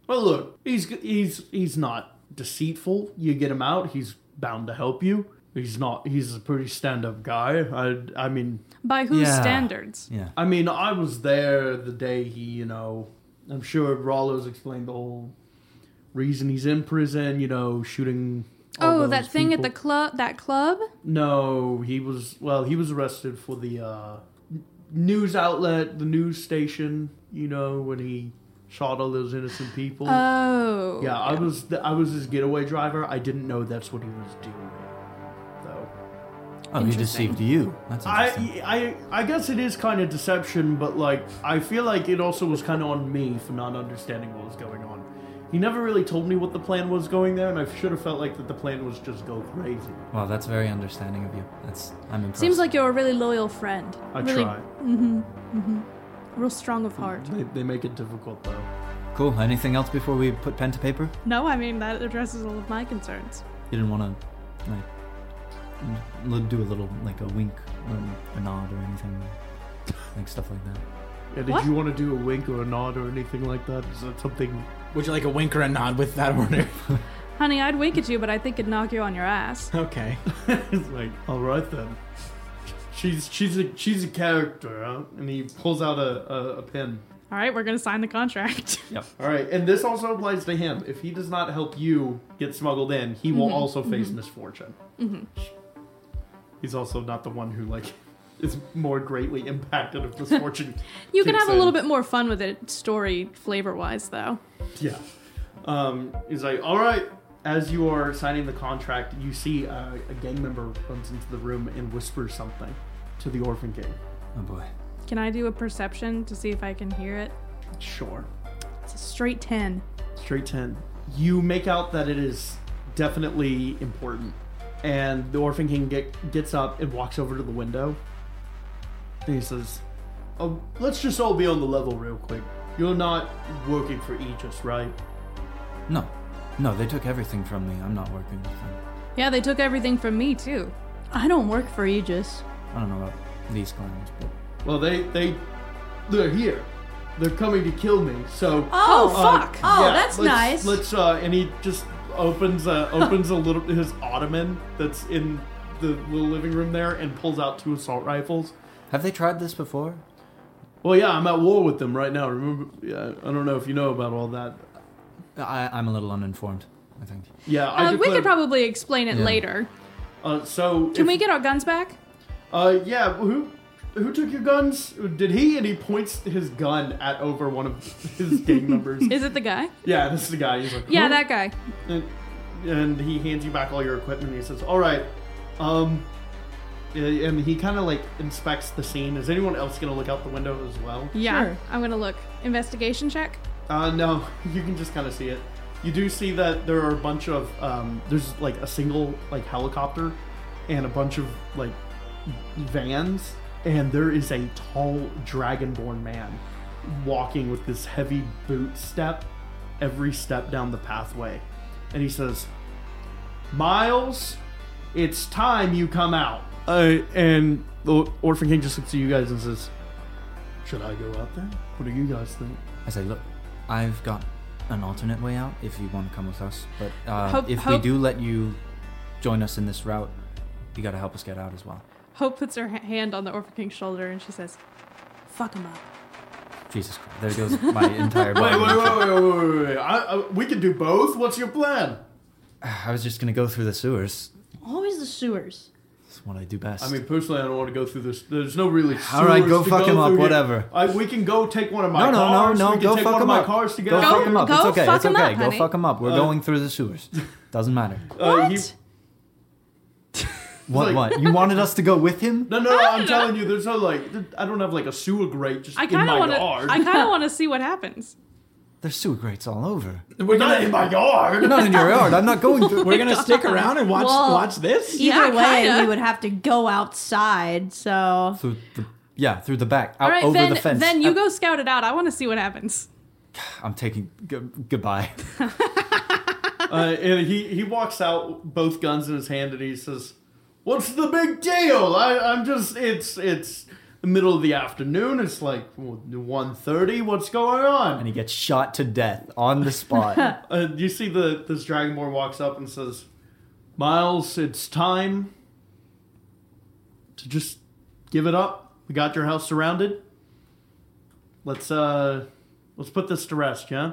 Well, look, he's he's he's not deceitful. You get him out, he's bound to help you. He's not. He's a pretty stand-up guy. I I mean
By whose
Yeah.
standards?
Yeah.
I mean I was there the day he you know. I'm sure Rollo's explained the whole reason he's in prison. You know, shooting. all
Oh,
those
that thing at
people.
the club, that club?
No, he was well. He was arrested for the uh, n- news outlet, the news station. You know when he shot all those innocent people.
Oh.
yeah, I was th- I was his getaway driver. I didn't know that's what he was doing. Though
Oh, he deceived you. That's interesting.
I I I guess it is kind of deception, but like I feel like it also was kind of on me for not understanding what was going on. He never really told me what the plan was going there, and I should have felt like that the plan was just go crazy.
Wow, that's very understanding of you. That's I'm impressed.
Seems like you're a really loyal friend.
I
really,
try.
Real strong of heart.
They, they make it difficult though.
cool. Anything else before we put pen to paper?
No, I mean, that addresses all of my concerns.
You didn't want to like l- do a little like a wink or a nod or anything like stuff like that.
Yeah, did
What?
you want to do a wink or a nod or anything like that? Is that something?
Would you like a wink or a nod with that order?
Honey, I'd wink at you, but I think it'd knock you on your ass.
okay.
it's like, all right then. She's she's a she's a character, huh? And he pulls out a, a, a pen.
All right, we're going to sign the contract.
All right, and this also applies to him. If he does not help you get smuggled in, he will also face misfortune. He's also not the one who like is more greatly impacted if misfortune.
You can
kicks
have a little
in.
bit more fun with it, story flavor wise, though.
Yeah. Um, he's like, all right. As you are signing the contract, you see uh, a gang member runs into the room and whispers something to the orphan king.
Oh boy.
Can I do a perception to see if I can hear it?
Sure.
It's a straight 10.
Straight 10. You make out that it is definitely important. And the Orphan King get, gets up and walks over to the window. And he says, oh, Let's just all be on the level real quick. You're not working for Aegis, right?
No, no, they took everything from me. I'm not working with them.
Yeah, they took everything from me, too.
I don't work for Aegis.
I don't know about these clowns, but
Well, they, they, they're here. They're coming to kill me, so.
Oh,
uh,
fuck! Oh, that's nice.
let's- Let's, uh, and he just opens, uh, opens a little, his ottoman that's in the little living room there and pulls out two assault rifles.
have they tried this before?
Well, yeah, I'm at war with them right now. Remember, yeah, I don't know if you know about all that.
I, I'm a little uninformed. I think.
Yeah, I
Uh, we
declare-
could probably explain it
Yeah.
later.
Uh, so
Can
if-
we get our guns back?
Uh, yeah. Who, who took your guns? Did he? And he points his gun at over one of his gang members.
Is it the guy?
yeah, this is the guy. He's like,
Yeah,
"Who?"
that guy.
And, and he hands you back all your equipment. And he says, "All right." Um, and he kind of like inspects the scene. Is anyone else gonna look out the window as well?
Yeah.
Sure.
I'm going to look. Investigation check?
Uh, no, you can just kind of see it. You do see that there are a bunch of um, there's like a single like helicopter and a bunch of like vans, and there is a tall dragonborn man walking with this heavy boot step every step down the pathway, and he says, "Miles, it's time you come out." Uh, and the orphan king just looks at you guys and says, "Should I go out there? What do you guys think?"
I say, look, I've got an alternate way out if you want to come with us. But uh,
Hope-
if we
hope-
do let you join us in this route, you got to help us get out as well.
Hope puts her ha- hand on the Orphan King's shoulder and she says, Fuck him up.
Jesus Christ, there goes my entire
Wait,
body.
wait, wait, wait, wait, wait, wait, wait. I, I, we can do both. What's your plan?
I was just gonna go through the sewers.
Always the sewers.
That's what I do best.
I mean, personally, I don't want to go through this. There's no really.
All right,
sewers
go
to
fuck him up,
through here.
whatever.
I, we can go take one of
no,
my
no, no,
cars.
no.
We can
Go
take
fuck
one
him
of my
up.
cars together.
Go fuck him up.
go
it's okay.
fuck
it's
him
okay.
up,
go
honey.
fuck him up. We're
Uh,
going through the sewers. Doesn't matter.
Uh, he-
What?
like-
what? You wanted us to go with him?
no, no, no. I'm telling you, there's no like. I don't have like a sewer grate just
I
in
kind
my
of want to.
yard.
I kind of want to see what happens.
There's sewer grates all over.
We're
Not in
gonna
my yard.
Not in your yard. I'm not going through.
we're gonna stick around and watch
Well-
watch this.
Either
Yeah,
way,
kinda.
we would have to go outside. So
through the yeah through the back out
All right,
over
then
the fence.
then you
Uh,
go scout it out. I want to see what happens.
I'm taking g- goodbye.
uh, and he he walks out, both guns in his hand, and he says, "What's the big deal? I, I'm just it's it's." The middle of the afternoon. It's like 1.30. What's going on?
And he gets shot to death on the spot.
Uh, you see the this dragonborn walks up and says, "Miles, it's time to just give it up. We got your house surrounded. Let's uh, let's put this to rest, yeah.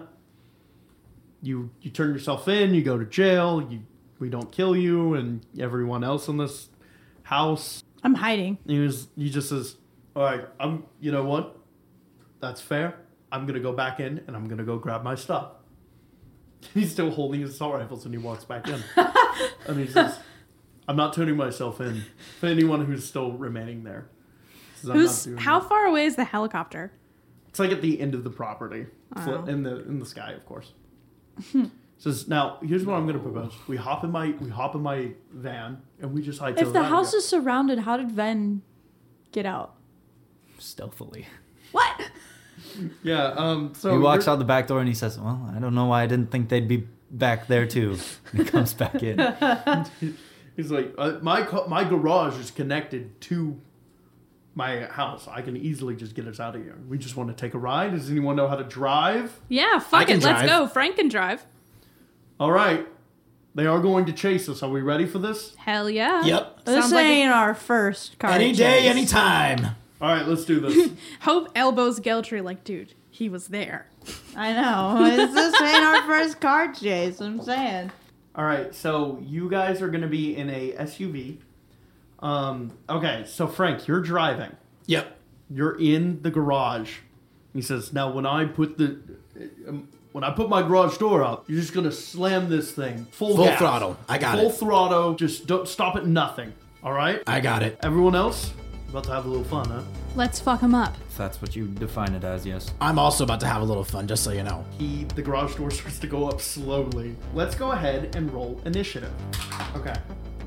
You you turn yourself in. You go to jail. You we don't kill you and everyone else in this house.
I'm hiding.
And he was he just says, "All right, I'm. You know what? That's fair. I'm gonna go back in and I'm gonna go grab my stuff. He's still holding his assault rifles and he walks back in. and he says, I'm not turning myself in for anyone who's still remaining there. He says, "I'm not
Who's
doing
how
that."
far away is the helicopter?
It's like at the end of the property, Fl-
Wow.
in the in the sky, of course. Says now, here's what I'm going to propose. We hop in my we hop in my van and we just hike. to
If the
van and
house
go.
is surrounded, how did Ven get out?
Stealthily.
What?
yeah, um, so
he walks
you're-
out the back door and he says, Well, I don't know why I didn't think they'd be back there too. And he comes back in.
He's like, uh, my ca- my garage is connected to my house. I can easily just get us out of here. We just want to take a ride. Does anyone know how to drive?
Yeah, fuck
can
it. Let's
drive.
go. Frank can drive.
All right, they are going to chase us. Are we ready for this?
Hell yeah.
Yep.
This
Sounds like
ain't our first car.
Any day,
chase.
any time.
All right, let's do this.
Hope elbows Geltry like, dude, he was there.
I know. this ain't our first car chase. I'm saying.
All right, so you guys are going to be in a SUV. Um, okay, so Frank, you're driving.
Yep.
You're in the garage. He says, "Now, when I put the um, when I put my garage door up, you're just going to slam this thing full,
Full
gas.
throttle. I got
full
it.
throttle. Just don't stop at nothing. All right,
I got it.
everyone else, about to have a little fun, huh?
Let's fuck him up.
If that's what you define it as, yes.
I'm also about to have a little fun, just so you know.
He the garage door starts to go up slowly. Let's go ahead and roll initiative. Okay.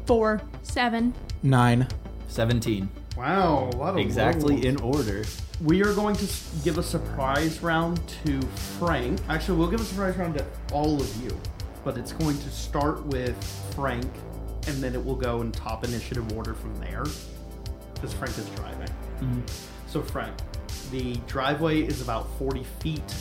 Four, seven.
Nine.
17.
Wow, what a
Exactly
roll.
in order.
We are going to s- give a surprise round to Frank. Actually, we'll give a surprise round to all of you, but it's going to start with Frank, and then it will go in top initiative order from there, because Frank is driving. So, Frank, the driveway is about 40 feet.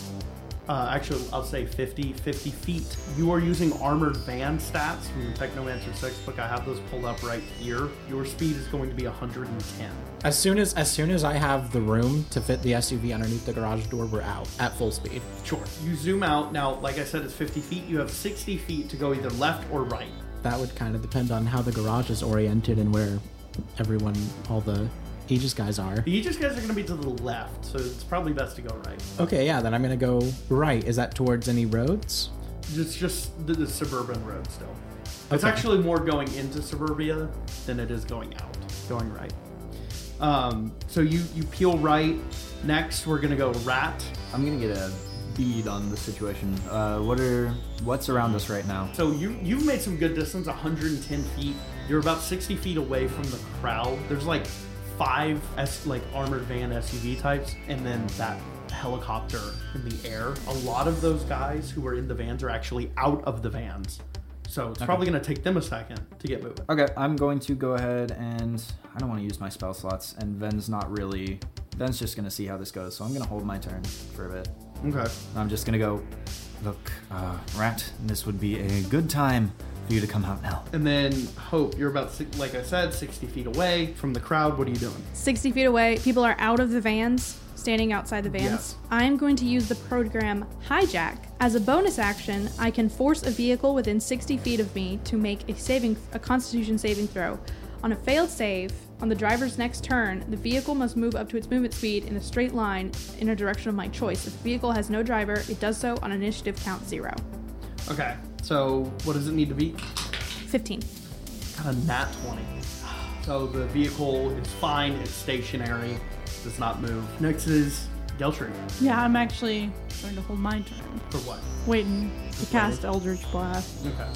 Uh, actually, I'll say 50, 50 feet. You are using armored van stats from the Technomancer 6 book. I have those pulled up right here. Your speed is going to be 110.
As soon as as soon as I have the room to fit the SUV underneath the garage door, we're out at full speed.
Sure. You zoom out. Now, like I said, it's 50 feet. You have 60 feet to go either left or right.
That would kind of depend on how the garage is oriented and where everyone, all the Aegis guys are.
The Aegis guys are going to be to the left, so it's probably best to go right.
Okay, yeah, then I'm gonna go right. Is that towards any roads?
It's just the, the suburban road still. It's
Okay.
actually more going into suburbia than it is going out, going right. Um, so you, you peel right. Next, we're going to go rat.
I'm gonna get a bead on the situation. Uh, what are what's around us right now?
So you, you've made some good distance, 110 feet. You're about 60 feet away from the crowd. There's like five S, like armored van SUV types, and then that helicopter in the air. A lot of those guys who are in the vans are actually out of the vans. So it's probably going to take them a second to get moving.
Okay, I'm going to go ahead and I don't want to use my spell slots, and Ven's not really. Ven's just gonna see how this goes, so I'm gonna hold my turn for a bit.
Okay.
I'm just gonna go. Look, uh, Rat, this would be a good time for you to come out now.
And then Hope, you're about, si- like I said, 60 feet away from the crowd. What are you doing?
60 feet away. People are out of the vans, standing outside the vans. I'm going to use the program Hijack. As a bonus action, I can force a vehicle within 60 feet of me to make a saving a constitution saving throw. On a failed save, on the driver's next turn, the vehicle must move up to its movement speed in a straight line in a direction of my choice. If the vehicle has no driver, it does so on initiative count 0.
Okay. So what does it need to be?
15.
Got a nat 20. So the vehicle is fine, it's stationary, does not move. Next is Geltry.
Yeah, I'm actually going to hold my turn.
For what?
Waiting to cast Eldritch Blast.
Okay.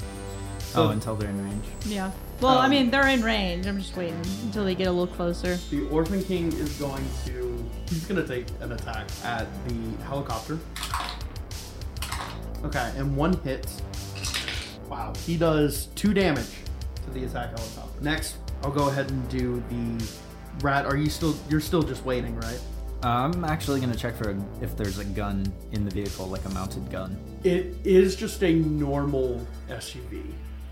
Oh, until they're in range.
Yeah. Well, I
Um,
mean, they're in range. I'm just waiting until they get a little closer.
The Orphan King is going to. He's going to take an attack at the helicopter. Okay, and one hits. Wow. He does two damage to the attack helicopter. Next, I'll go ahead and do the rat. Are you still. You're still just waiting, right?
Uh, I'm actually gonna check for if there's a gun in the vehicle, like a mounted gun.
It is just a normal SUV.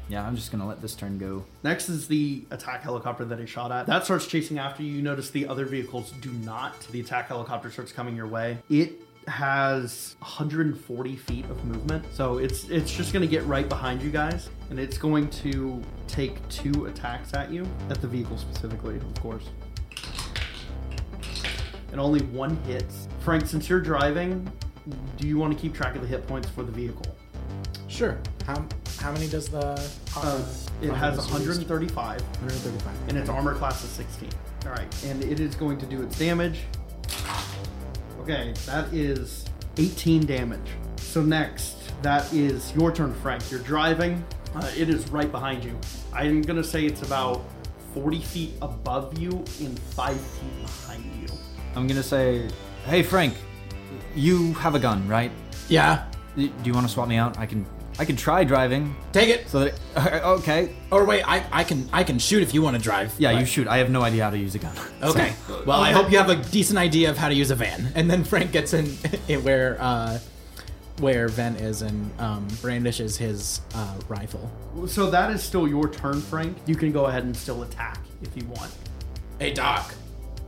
Yeah, I'm just gonna let this turn go.
Next is the attack helicopter that he shot at. That starts chasing after you. You notice the other vehicles do not. The attack helicopter starts coming your way. It has 140 feet of movement, so it's it's just going to get right behind you guys, and it's going to take two attacks at you at the vehicle specifically, of course. And only one hits. Frank, since you're driving, do you want to keep track of the hit points for the vehicle?
Sure. How how many does the
Uh, it has 135,
135.
and its armor class is 16. All right, and it is going to do its damage. Okay, that is 18 damage. So next, that is your turn, Frank. You're driving. Uh, it is right behind you. I'm gonna say it's about 40 feet above you and five feet behind you.
I'm gonna say, hey Frank, you have a gun, right?
Yeah.
Y- Do you want to swap me out? I can, I can try driving.
Take it.
So that, okay,
Or wait, I, I can I can shoot if you want to drive.
yeah,
but-
you shoot. I have no idea how to use a gun.
Okay. Well, I hope you have a decent idea of how to use a van. And then Frank gets in, in where uh, where Ven is and um, brandishes his uh, rifle.
So that is still your turn, Frank. You can go ahead and still attack if you want.
Hey Doc,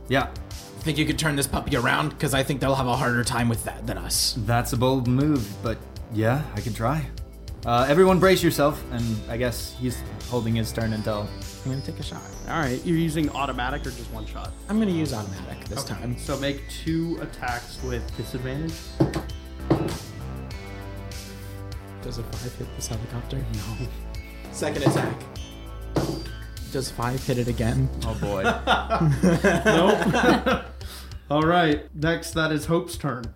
yeah,
think you could turn this puppy around? Because I think they'll have a harder time with that than us.
that's a bold move, but yeah, I can try. Uh, everyone, brace yourself. And I guess he's holding his turn until.
I'm gonna take a shot.
All right, you're using automatic or just one shot?
I'm gonna use automatic this time.
So make two attacks with disadvantage.
Does a five hit this helicopter? No. Second attack. Does five hit it again?
Oh boy.
Nope. All right. Next, that is Hope's turn.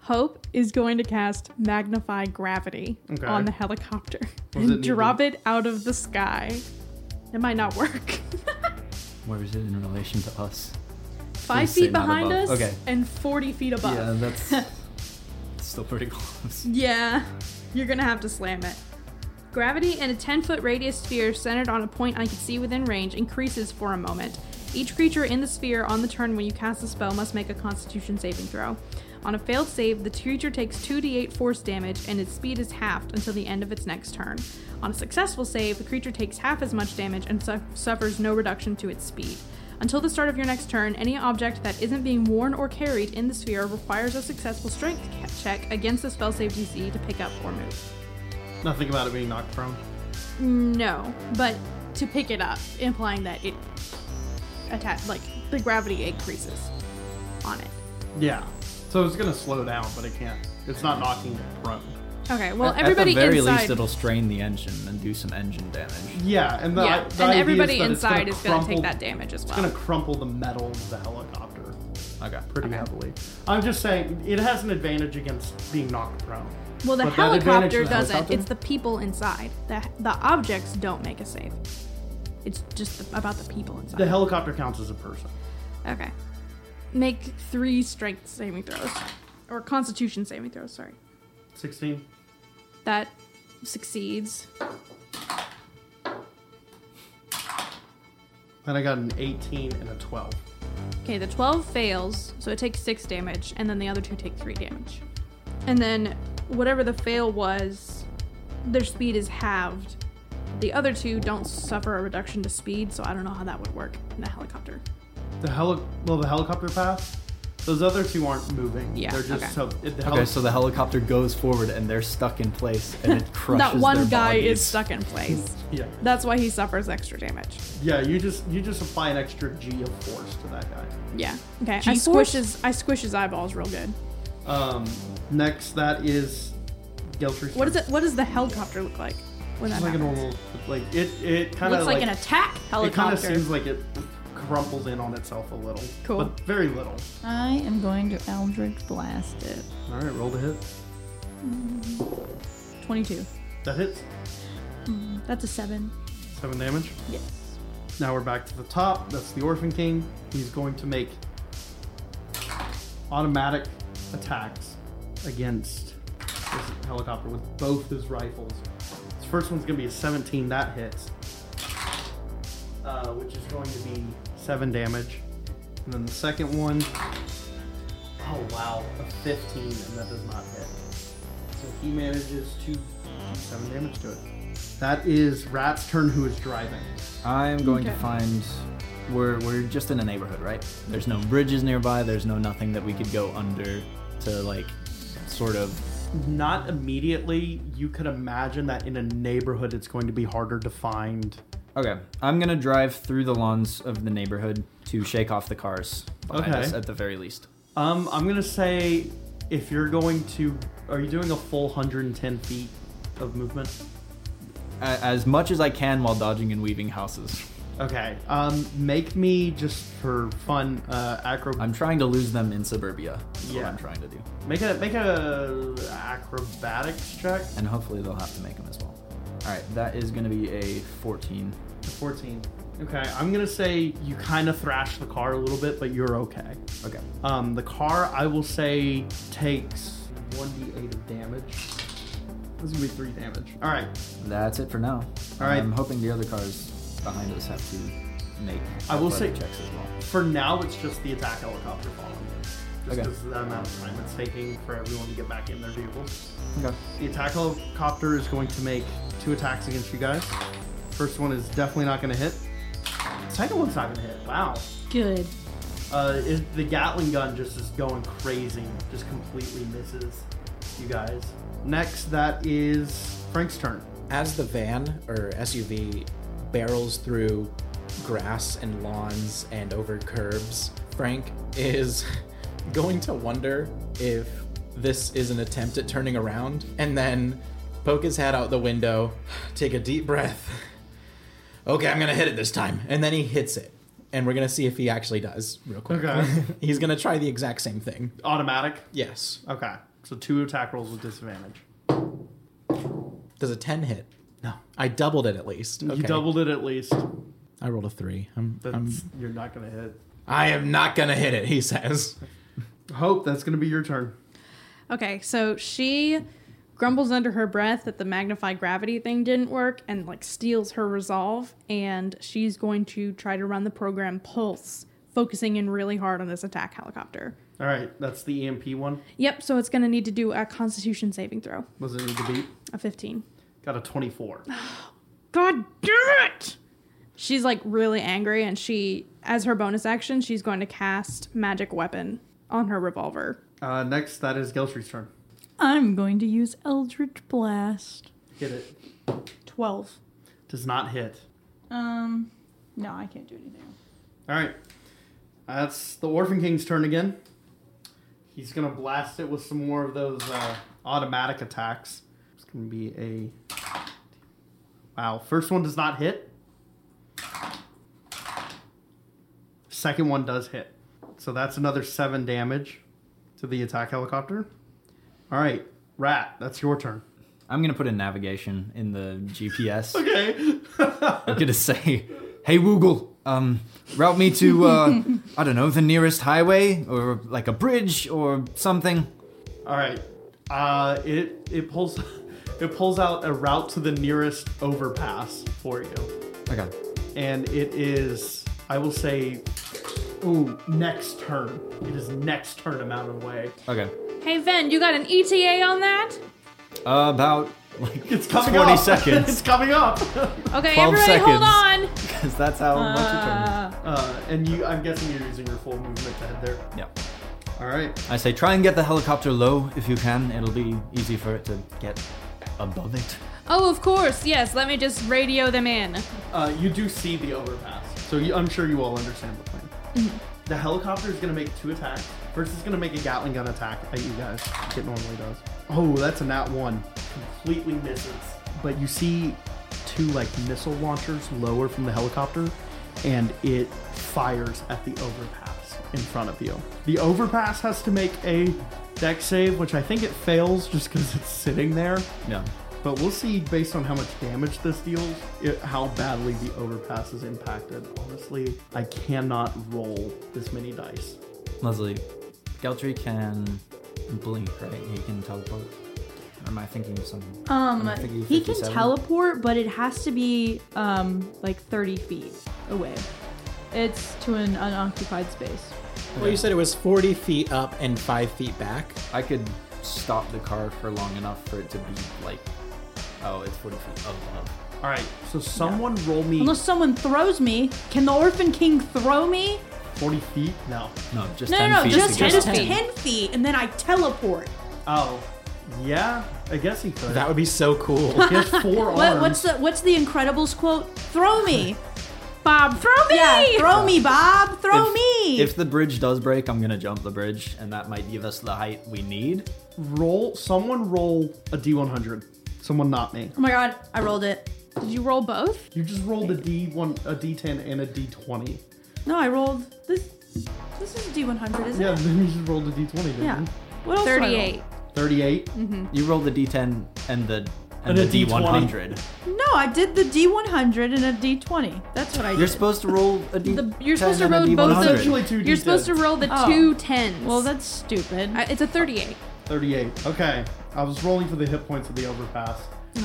Hope is going to cast Magnify Gravity
Okay.
on the helicopter
What does it
and
need to
drop
do?
it out of the sky. It might not work.
Where is it in relation to us?
Five
Please say
feet
not
behind
above.
us
Okay.
and 40 feet above.
Yeah, that's still pretty close.
Yeah, you're gonna have to slam it. Gravity in a 10 foot radius sphere centered on a point I can see within range increases for a moment. Each creature in the sphere on the turn when you cast the spell must make a constitution saving throw. On a failed save, the creature takes 2d8 force damage and its speed is halved until the end of its next turn. On a successful save, the creature takes half as much damage and su- suffers no reduction to its speed. Until the start of your next turn, any object that isn't being worn or carried in the sphere requires a successful strength ca- check against the spell save DC to pick up or move.
Nothing about it being knocked prone.
No, but to pick it up, implying that it attack like the gravity increases on it.
Yeah. So it's gonna slow down, but it can't. It's not knocking it prone.
Okay, well
At-
everybody
At the very
inside
least, it'll strain the engine and do some engine damage.
Yeah, and the,
yeah,
the idea
and
is
everybody
that it's
inside is gonna
crumple-
take that damage as
It's
well.
gonna crumple the metal of the helicopter
Okay.
pretty heavily. I'm just saying it has an advantage against being knocked prone.
Well, the
But that advantage
helicopter
is the
doesn't.
helicopter?
It's the people inside. The, the objects don't make a save. It's just the, about the people inside.
The helicopter counts as a person.
okay. Make three strength saving throws. Or constitution saving throws, sorry.
Sixteen.
That succeeds.
Then I got an 18 and a 12.
Okay, the 12 fails, so it takes six damage, and then the other two take three damage. And then whatever the fail was, their speed is halved. The other two don't suffer a reduction to speed, so I don't know how that would work in the helicopter.
The heli- will the helicopter pass? Those other two aren't moving.
Yeah,
They're just
okay.
so it, the
Okay,
heli-
so the helicopter goes forward and they're stuck in place and it crushes
that one
their
guy
bodies.
is stuck in place.
yeah.
That's why he suffers extra damage.
Yeah, you just you just apply an extra G of force to that guy.
Yeah. Okay. I
G-force?
squish his I squish his eyeballs real good.
Um, next, that is Geltry's.
What
turn.
is it? What does the helicopter look like when that
It's like a
happens?
normal, like it it kind of
Looks like, an attack
It kind of
helicopter.
seems like it crumples in on itself a little.
Cool.
But very little.
I am going to Eldritch Blast it.
All right, roll the hit.
22.
That hits
That's a 7.
seven damage.
Yes.
Now we're back to the top. That's the Orphan King. He's going to make automatic attacks against this helicopter with both his rifles. His first one's going to be a 17. That hits, uh, which is going to be seven damage. And then the second one, oh wow, a 15, and that does not hit. So he manages to do seven damage to it. That is Rat's turn, who is driving.
I'm going to
Okay.
find. We're, we're just in a neighborhood, right? There's no bridges nearby, there's no nothing that we could go under to, like, sort of.
Not immediately. You could imagine that in a neighborhood, it's going to be harder to find.
Okay, I'm gonna drive through the lawns of the neighborhood to shake off the cars behind
Okay.
us at the very least.
Um, I'm gonna say If you're going to, are you doing a full 110 feet of movement?
A- as much as I can while dodging and weaving houses.
Okay. Um, make me just for fun. Uh, acro.
I'm trying to lose them in suburbia. That's what
Yeah.
I'm trying to do.
Make a make a acrobatics check.
And hopefully they'll have to make them as well. All right, that is going to be a 14.
14. Okay. I'm gonna say you kind of thrash the car a little bit, but you're okay.
Okay.
Um, the car, I will say, takes 1d8 of damage. This is gonna be three damage. All right.
That's it for now.
All right.
I'm hoping the other cars behind us have to make
I will
athletic
say-
checks as well.
For now, it's just the attack helicopter following. Just
Okay.
because of the amount of time it's taking for everyone to get back in their vehicles.
Okay.
The attack helicopter is going to make two attacks against you guys. First one is definitely not going to hit. Second one's not going to hit. Wow.
Good.
Uh, it, the Gatling gun just is going crazy. Just completely misses you guys. Next, that is Frank's turn.
as the van or SUV barrels through grass and lawns and over curbs, Frank is going to wonder if this is an attempt at turning around and then poke his head out the window, take a deep breath. Okay, I'm gonna hit it this time. And then he hits it. And we're gonna see if he actually does real quick.
Okay.
He's gonna try the exact same thing.
Automatic.
Yes.
Okay. So two attack rolls with disadvantage.
Does a 10 hit?
No.
I doubled it at least.
You
Okay.
doubled it at least.
I rolled a three. I'm,
That's,
I'm
you're not going to hit.
I am not gonna hit it, he says.
Hope, that's going to be your turn.
Okay, so she grumbles under her breath that the magnified gravity thing didn't work and like steals her resolve and she's going to try to run the program pulse focusing in really hard on this attack helicopter
All right. That's the EMP one.
yep so it's going to need to do a constitution saving throw
Was it need to beat?
a 15
Got a 24.
god damn it she's like really angry and she as her bonus action she's going to cast magic weapon on her revolver
Uh, next, that is Geltry's turn.
I'm going to use Eldritch Blast.
Hit it.
12.
Does not hit.
Um, no, I can't do anything.
All right. That's the Orphan King's turn again. He's going to blast it with some more of those uh, automatic attacks. It's going to be a. Wow. First one does not hit. Second one does hit. So that's another seven damage to the attack helicopter. All right. Rat, that's your turn.
I'm going to put in navigation in the GPS.
Okay.
I'm gonna say, "Hey Woogle, um, route me to uh, I don't know the nearest highway or like a bridge or something."
All right. Uh, it it pulls it pulls out a route to the nearest overpass for you,
Okay,
and it is I will say, ooh, next turn. It is next turn amount of way.
okay.
hey ven you got an eta on that
about like
It's coming
20
up.
seconds.
it's coming up.
okay
12
everybody hold
seconds.
on
because that's how much it turns.
Uh, and you, I'm guessing you're using your full movement to head there.
Yeah.
All right.
I say, try and get the helicopter low if you can. It'll be easy for it to get above it.
Oh, of course. Yes, let me just radio them in.
Uh, you do see the overpass, so you, I'm sure you all understand the plan. The helicopter is going to make two attacks. First, it's going to make a Gatling gun attack at you guys, like it normally does. Oh, that's a nat one. Completely misses. But you see two, like, missile launchers lower from the helicopter, and it fires at the overpass in front of you. The overpass has to make a deck save, which I think it fails just because it's sitting there.
Yeah.
But we'll see based on how much damage this deals, it, how badly the overpass is impacted. Honestly, I cannot roll this many dice.
Leslie, Geltry can blink, right? He can teleport. Or am I thinking of something?
Um,
Am I thinking
he can
57?
teleport, but it has to be um like 30 feet away. It's to an unoccupied space.
Well, you said it was 40 feet up and 5 feet back.
I could stop the car for long enough for it to be like, oh, it's 40 feet above.
All right, so someone roll me
Unless someone throws me, can the Orphan King throw me?
40 feet? No.
No, just
No,
10
no, no,
feet.
just,
to get
just
up.
10. feet, and then I teleport.
Oh, yeah, I guess he could.
That would be so cool.
he has four
What,
arms.
what's the What's the Incredibles quote? Throw me,
Bob, throw me!
yeah, throw me, Bob, throw
If-
me. me.
If the bridge does break, I'm gonna jump the bridge, and that might give us the height we need.
Roll. Someone roll a d100. Someone not me.
oh my god, I rolled it.
Did you roll both?
You just rolled a d1, a d10, and a d20.
No, I rolled this. This is a D100, isn't
Yeah,
it?
then you just rolled a d20. Didn't
Yeah. Mm-hmm.
You?
What else did I roll?
38.
38.
You roll the d10 and the
And
and,
a
the
D20.
d100.
No, I did the D100 and a D20. That's what I did.
You're supposed to roll a d.
The, you're supposed to
and a
roll both
D100.
of
Actually, two
You're
D10s.
supposed to roll the
Oh.
two tens.
Well, that's stupid.
I, it's a 38.
38. Okay. I was rolling for the hit points of the overpass.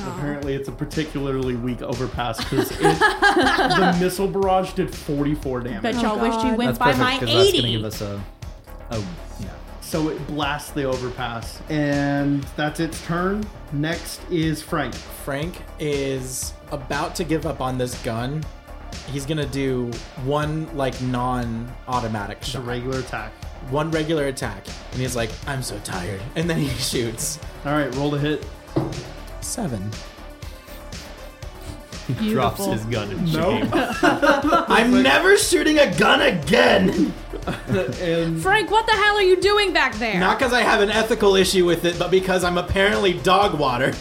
Apparently, it's a particularly weak overpass because the missile barrage did 44 damage.
Bet y'all wished you
That's
went by
perfect
my
'cause that's gonna
80.
give us a. Oh yeah.
So it blasts the overpass. And that's its turn. Next is Frank.
Frank is about to give up on this gun. He's gonna do one like non-automatic
It's a
shot,
regular attack.
one regular attack, and he's like, "I'm so tired," and then he shoots
All right, roll to hit.
seven.
Drops his gun and shame.
I'm never shooting a gun again.
And
Frank, what the hell are you doing back there?
Not because I have an ethical issue with it, but because I'm apparently dog water.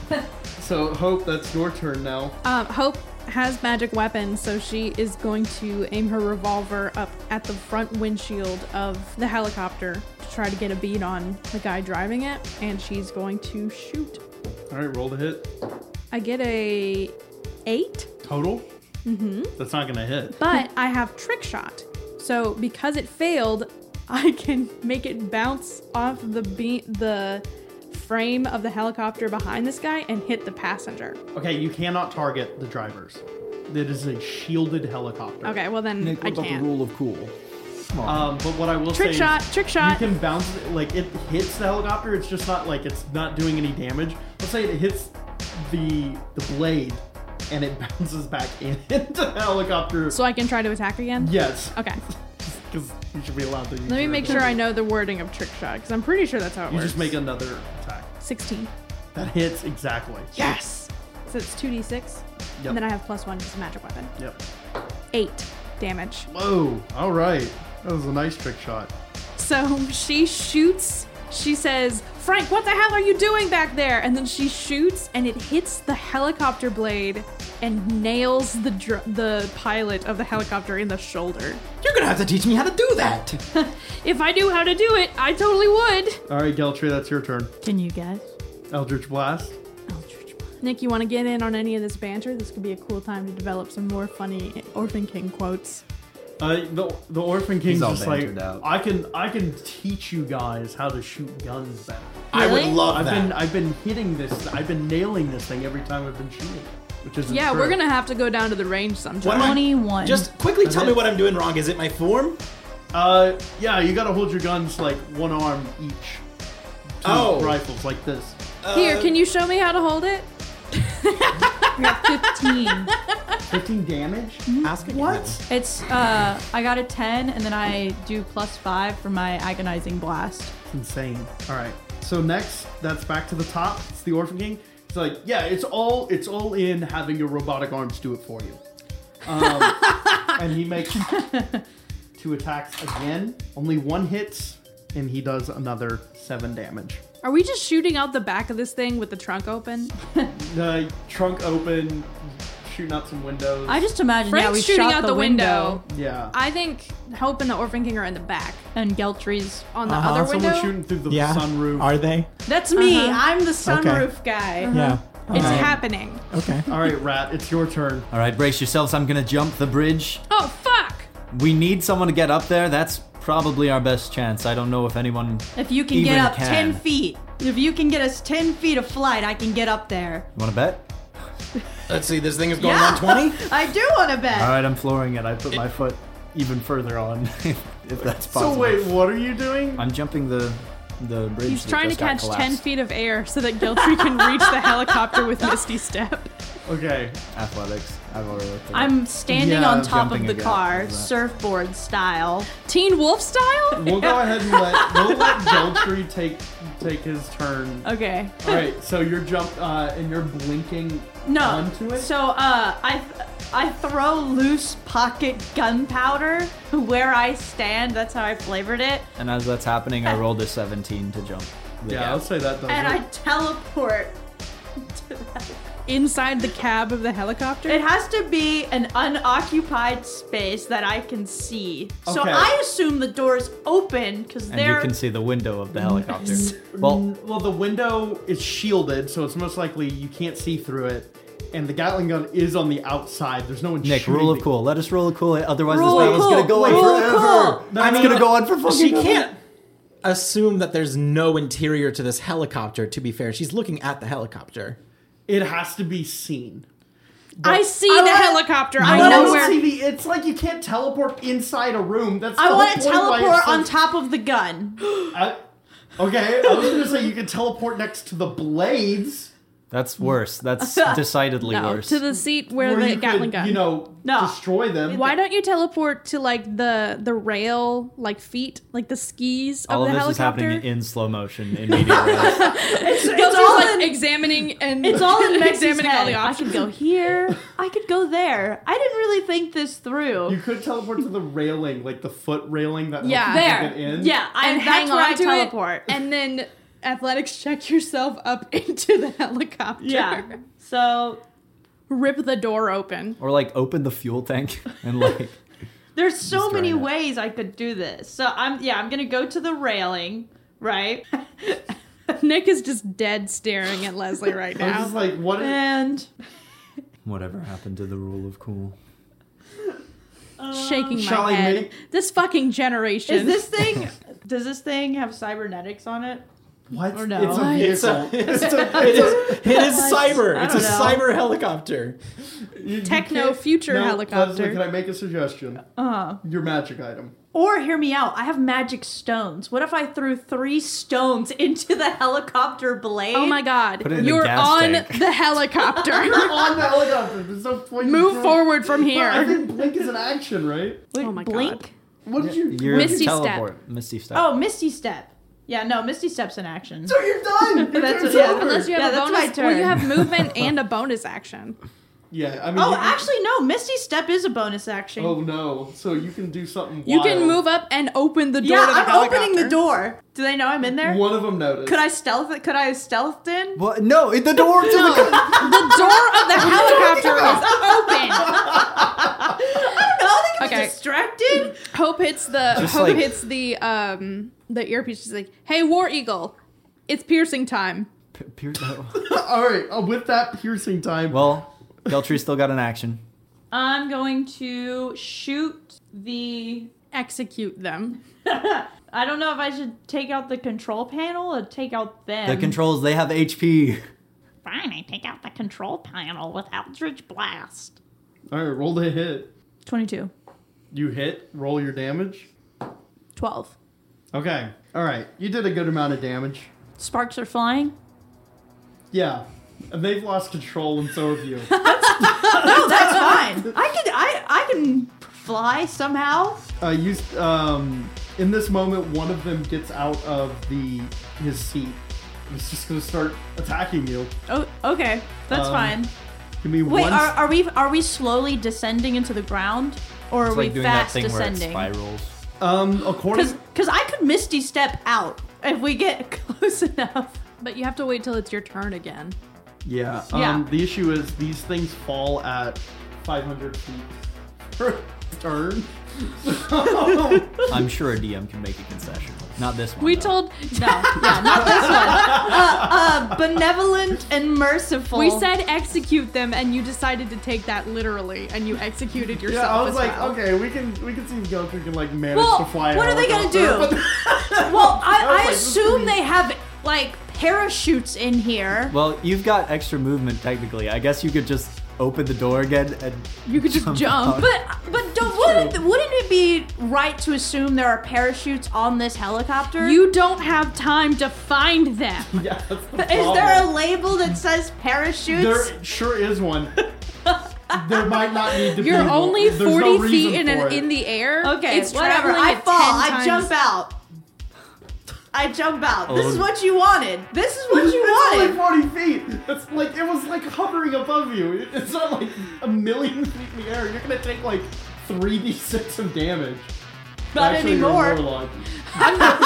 so, Hope, that's your turn now.
Um, Hope has magic weapons, so she is going to aim her revolver up at the front windshield of the helicopter to try to get a bead on the guy driving it, and she's going to shoot.
All right, roll to hit.
I get a eight,
Total? Mm-hmm. That's not going to hit.
but I have trick shot, so because it failed, I can make it bounce off the be- the frame of the helicopter behind this guy and hit the passenger.
Okay, you cannot target the drivers. It is a shielded helicopter.
Okay, well then I can't.
of cool?
Um, but what I will say
Trick
is
shot, trick shot.
You can bounce it, like it hits the helicopter. It's just not like it's not doing any damage. Let's say it hits the the blade, and it bounces back in into the helicopter.
So I can try to attack again.
yes,
Okay.
because you should be allowed to. Use
Let me
your
make sure I know the wording of trick shot because I'm pretty sure that's how it
You
works.
just make another attack
16.
that hits exactly.
Yes. So it's 2d6, and then I have plus one because magic weapon.
Yep.
Eight damage.
Whoa! All right, that was a nice trick shot.
So she shoots. She says, "Frank, what the hell are you doing back there?" And then she shoots, and it hits the helicopter blade and nails the dr- the pilot of the helicopter in the shoulder.
You're gonna have to teach me how to do that.
If I knew how to do it, I totally would.
All right, Geltry, that's your turn.
Can you guess?
Eldritch blast.
Eldritch Blast.
Nick, you want to get in on any of this banter? This could be a cool time to develop some more funny Orphan King quotes.
Uh, the the Orphan King's
He's all
just like
bantered out.
I can I can teach you guys how to shoot guns better.
I would
Really?
love
I've
that.
been I've been hitting this. I've been nailing this thing every time I've been shooting, it, which is
Yeah, we're gonna have to go down to the range sometime.
What am I-
21.
Just quickly tell
it-
me what I'm doing wrong. Is it my form?
Uh, yeah, you gotta hold your guns like one arm each. Two
Oh.
rifles like this.
uh,
Here, can you show me how to hold it?
I got 15.
Fifteen damage.
Ask again.
What?
it's, uh, I got a 10, and then I do plus 5 for my agonizing blast.
It's insane. All right. So next, that's back to the top. It's the Orphan King. It's like yeah, it's all it's all in having your robotic arms do it for you. Um, and he makes two attacks again. Only one hits, and he does another seven damage.
Are we just shooting out the back of this thing with the trunk open?
The trunk open, shooting out some windows.
I just imagine, yeah, we
Frank's shooting
shot
out
the,
the window.
yeah.
I think Hope and the Orphan King are in the back
and Geltry's.
on the
Uh-huh,
other
Someone
window.
shooting through the
Yeah.
sunroof.
Are they?
That's me.
Uh-huh.
I'm the
sunroof
guy.
Uh-huh.
Yeah.
It's
Okay.
happening.
okay.
All right, Rat, it's your turn.
All right, brace yourselves. I'm gonna jump the bridge.
Oh fuck!
We need someone to get up there. That's probably our best chance. I don't know if anyone.
If you can
Even
get up
can.
10 feet, if you can get us 10 feet of flight, I can get up there.
Want to bet?
Let's see. This thing is going
Yeah.
120.
I do want to bet.
All right, I'm flooring it. I put my foot even further on, if that's possible.
So wait, what are you doing?
I'm jumping the the bridge.
He's
that
trying to
just got
catch ten
collapsed.
feet of air so that Geltry can reach the helicopter with Misty Step.
Okay.
Athletics. I've already looked. At
I'm standing
Yeah,
on top of
jumping
the
again.
car,
Is that-
surfboard style.
Teen Wolf style?
We'll go ahead and let we'll let Geltry take take his turn.
Okay.
All right, so you're jump uh, and you're blinking
No.
onto it?
So uh, I I throw loose pocket gunpowder where I stand. That's how I flavored it,
And as that's happening, I rolled a 17 to jump.
Yeah, I'll say that does
and I
it.
teleport.
Inside the cab of the helicopter?
It has to be an unoccupied space that I can see. So
Okay.
I assume the door is open because
And
they're
you can see the window of the helicopter.
Well,
Well,
well, the window is shielded, so it's most likely you can't see through it. And the Gatling gun is on the outside. There's no one.
Nick,
shooting
rule of
the-
cool. Let us rule of cool. Otherwise,
Rule
this
of
battle is
cool.
going to go on
Rule of
forever.
cool.
That's going to go on for fucking
She
ever.
can't assume that there's no interior to this helicopter, to be fair. She's looking at the helicopter.
It has to be seen.
I see the helicopter. I
But
know
it's
where.
TV. It's like you can't teleport inside a room. That's
I
the
want to
whole point why
teleport
it's
on
so-
top of the gun.
I- okay, I was gonna say you can teleport next to the blades.
That's worse. That's decidedely
No,
worse.
to the seat where,
where
the
you
Gatling
could,
gun.
You know,
No.
destroy them.
Why don't you teleport to like the the rail, like feet, like the skis
All
of
of
the
this is
helicopter?
happening in slow motion in media rails.
it's
all
like
in-
examining and
It's all in Mexi's
examining all
head.
the
I
options.
could go here. I could go there. I didn't really think this through.
You could teleport to the railing, like the foot railing that
Yeah.
helps you
there.
get in.
Yeah, I,
and
and
hang
that's where
on
I
to
teleport.
it, and then athletics check yourself up into the helicopter.
yeah. So
rip the door open.
or like open the fuel tank and like
there's so
Destroying
many
it.
ways I could do this. So I'm yeah, I'm gonna go to the railing, right?
Nick is just dead staring at Leslie right
I was just
now.
like, what?
Eh.
Is,
and
whatever happened to the rule of cool.
shaking
Shall
my
I
head.
make-
This fucking generation.
is this thing does this thing have cybernetics on it?
what?
Or no.
It's a
What?
It's
vehicle.
a, it's a, it is, it is cyber.
I
It's a
don't know.
cyber helicopter.
You- you
techno
can't-
future
No, Leslie, can
helicopter? Uh-huh.
I make a suggestion?
Uh
Your magic item.
or hear me out. I have magic stones. What if I threw three stones into the helicopter blade?
Oh my god.
Put it in the
You're
gas
on
tank.
the helicopter.
On the helicopter. There's no point. in
Move
throwing-
forward from
But I
here.
think blink is an action, right?
Wait,
Oh my God.
blink?
What did you?
You're
Misty Step.
teleport. Misty step.
Oh, Misty Step. Yeah, no, Misty Step's in action.
So you're done. Your
That's
turn's
what- yeah,
over.
Unless you have
Yeah,
a
that's my
bonus. Well, you
turn.
have movement and a bonus action.
Yeah, I mean.
Oh,
you-
actually, no. Misty Step is a bonus action.
Oh no! So you can do something.
You can
wild.
move up and open the door.
yeah,
to the
I'm
helicopter.
opening the door. Do they know I'm in there?
One of them noticed.
Could I stealth? it? Could I have stealthed in?
What? No, it- the door to the car.
The door of the helicopter is open.
I think
Okay.
I'm distracted.
Hope hits the
Just
Hope
like-
hits the um the earpiece. She's like, "Hey, War Eagle, it's piercing time."
P- Pierce- oh.
All right. uh, with that piercing time.
Well, Geltry's still got an action.
I'm going to shoot the.
Execute them.
I don't know if I should take out the control panel or take out them.
The controls, they have HP.
Fine, I take out the control panel with Eldritch Blast.
all right. Roll the hit.
22.
You hit. Roll your damage.
12.
Okay. All right. You did a good amount of damage.
Sparks are flying.
Yeah. And they've lost control, and so have you.
No, that's fine. I can I I can fly somehow.
uh, you um, in this moment, one of them gets out of the his seat. It's just gonna start attacking you.
Oh, okay, that's
Um,
fine.
Give me
Wait,
one.
are, are we are we slowly descending into the ground, or are
It's
we
like doing that
fast
thing
descending?
where it spirals.
um, according.
Because I could misty step out if we get close enough.
But you have to wait till it's your turn again.
Yeah. Um,
Yeah.
The issue is these things fall at 500 feet per turn. So-
I'm sure a DM can make a concession. Not this one.
We
though.
told
No, yeah, not this one. Uh, uh, benevolent and merciful.
we said execute them, and you decided to take that literally, and you executed yourself.
yeah, I was
as
like,
well.
okay, we can we can see if Goku can like manage
Well,
to fly. a
what are they gonna
helicopter,
do?
but-
Well, I,
I was
I
like, this is
assume
pretty-
they have like parachutes in here.
Well, you've got extra movement technically. I guess you could just open the door again and
you could just jump.
out.
But but don't, wouldn't wouldn't it be right to assume there are parachutes on this helicopter?
You don't have time to find them.
Yeah, that's the
is
problem.
there a label that says parachutes?
There sure is one. there might not need to be.
You're
one.
only
There's no
40
reason
feet in
for
an,
it.
in the air.
okay,
it's
whatever.
traveling
I
at
fall.
10
I
times-
jump out. I jump out. This
Oh.
is what you wanted. This is what you
It's
wanted.
only 40 feet. It's like, it was like hovering above you. It- It's not like a million feet in the air. You're gonna take like 3d6 of damage.
Not
Actually, you're a
anymore.
warlock.
No, I'm not.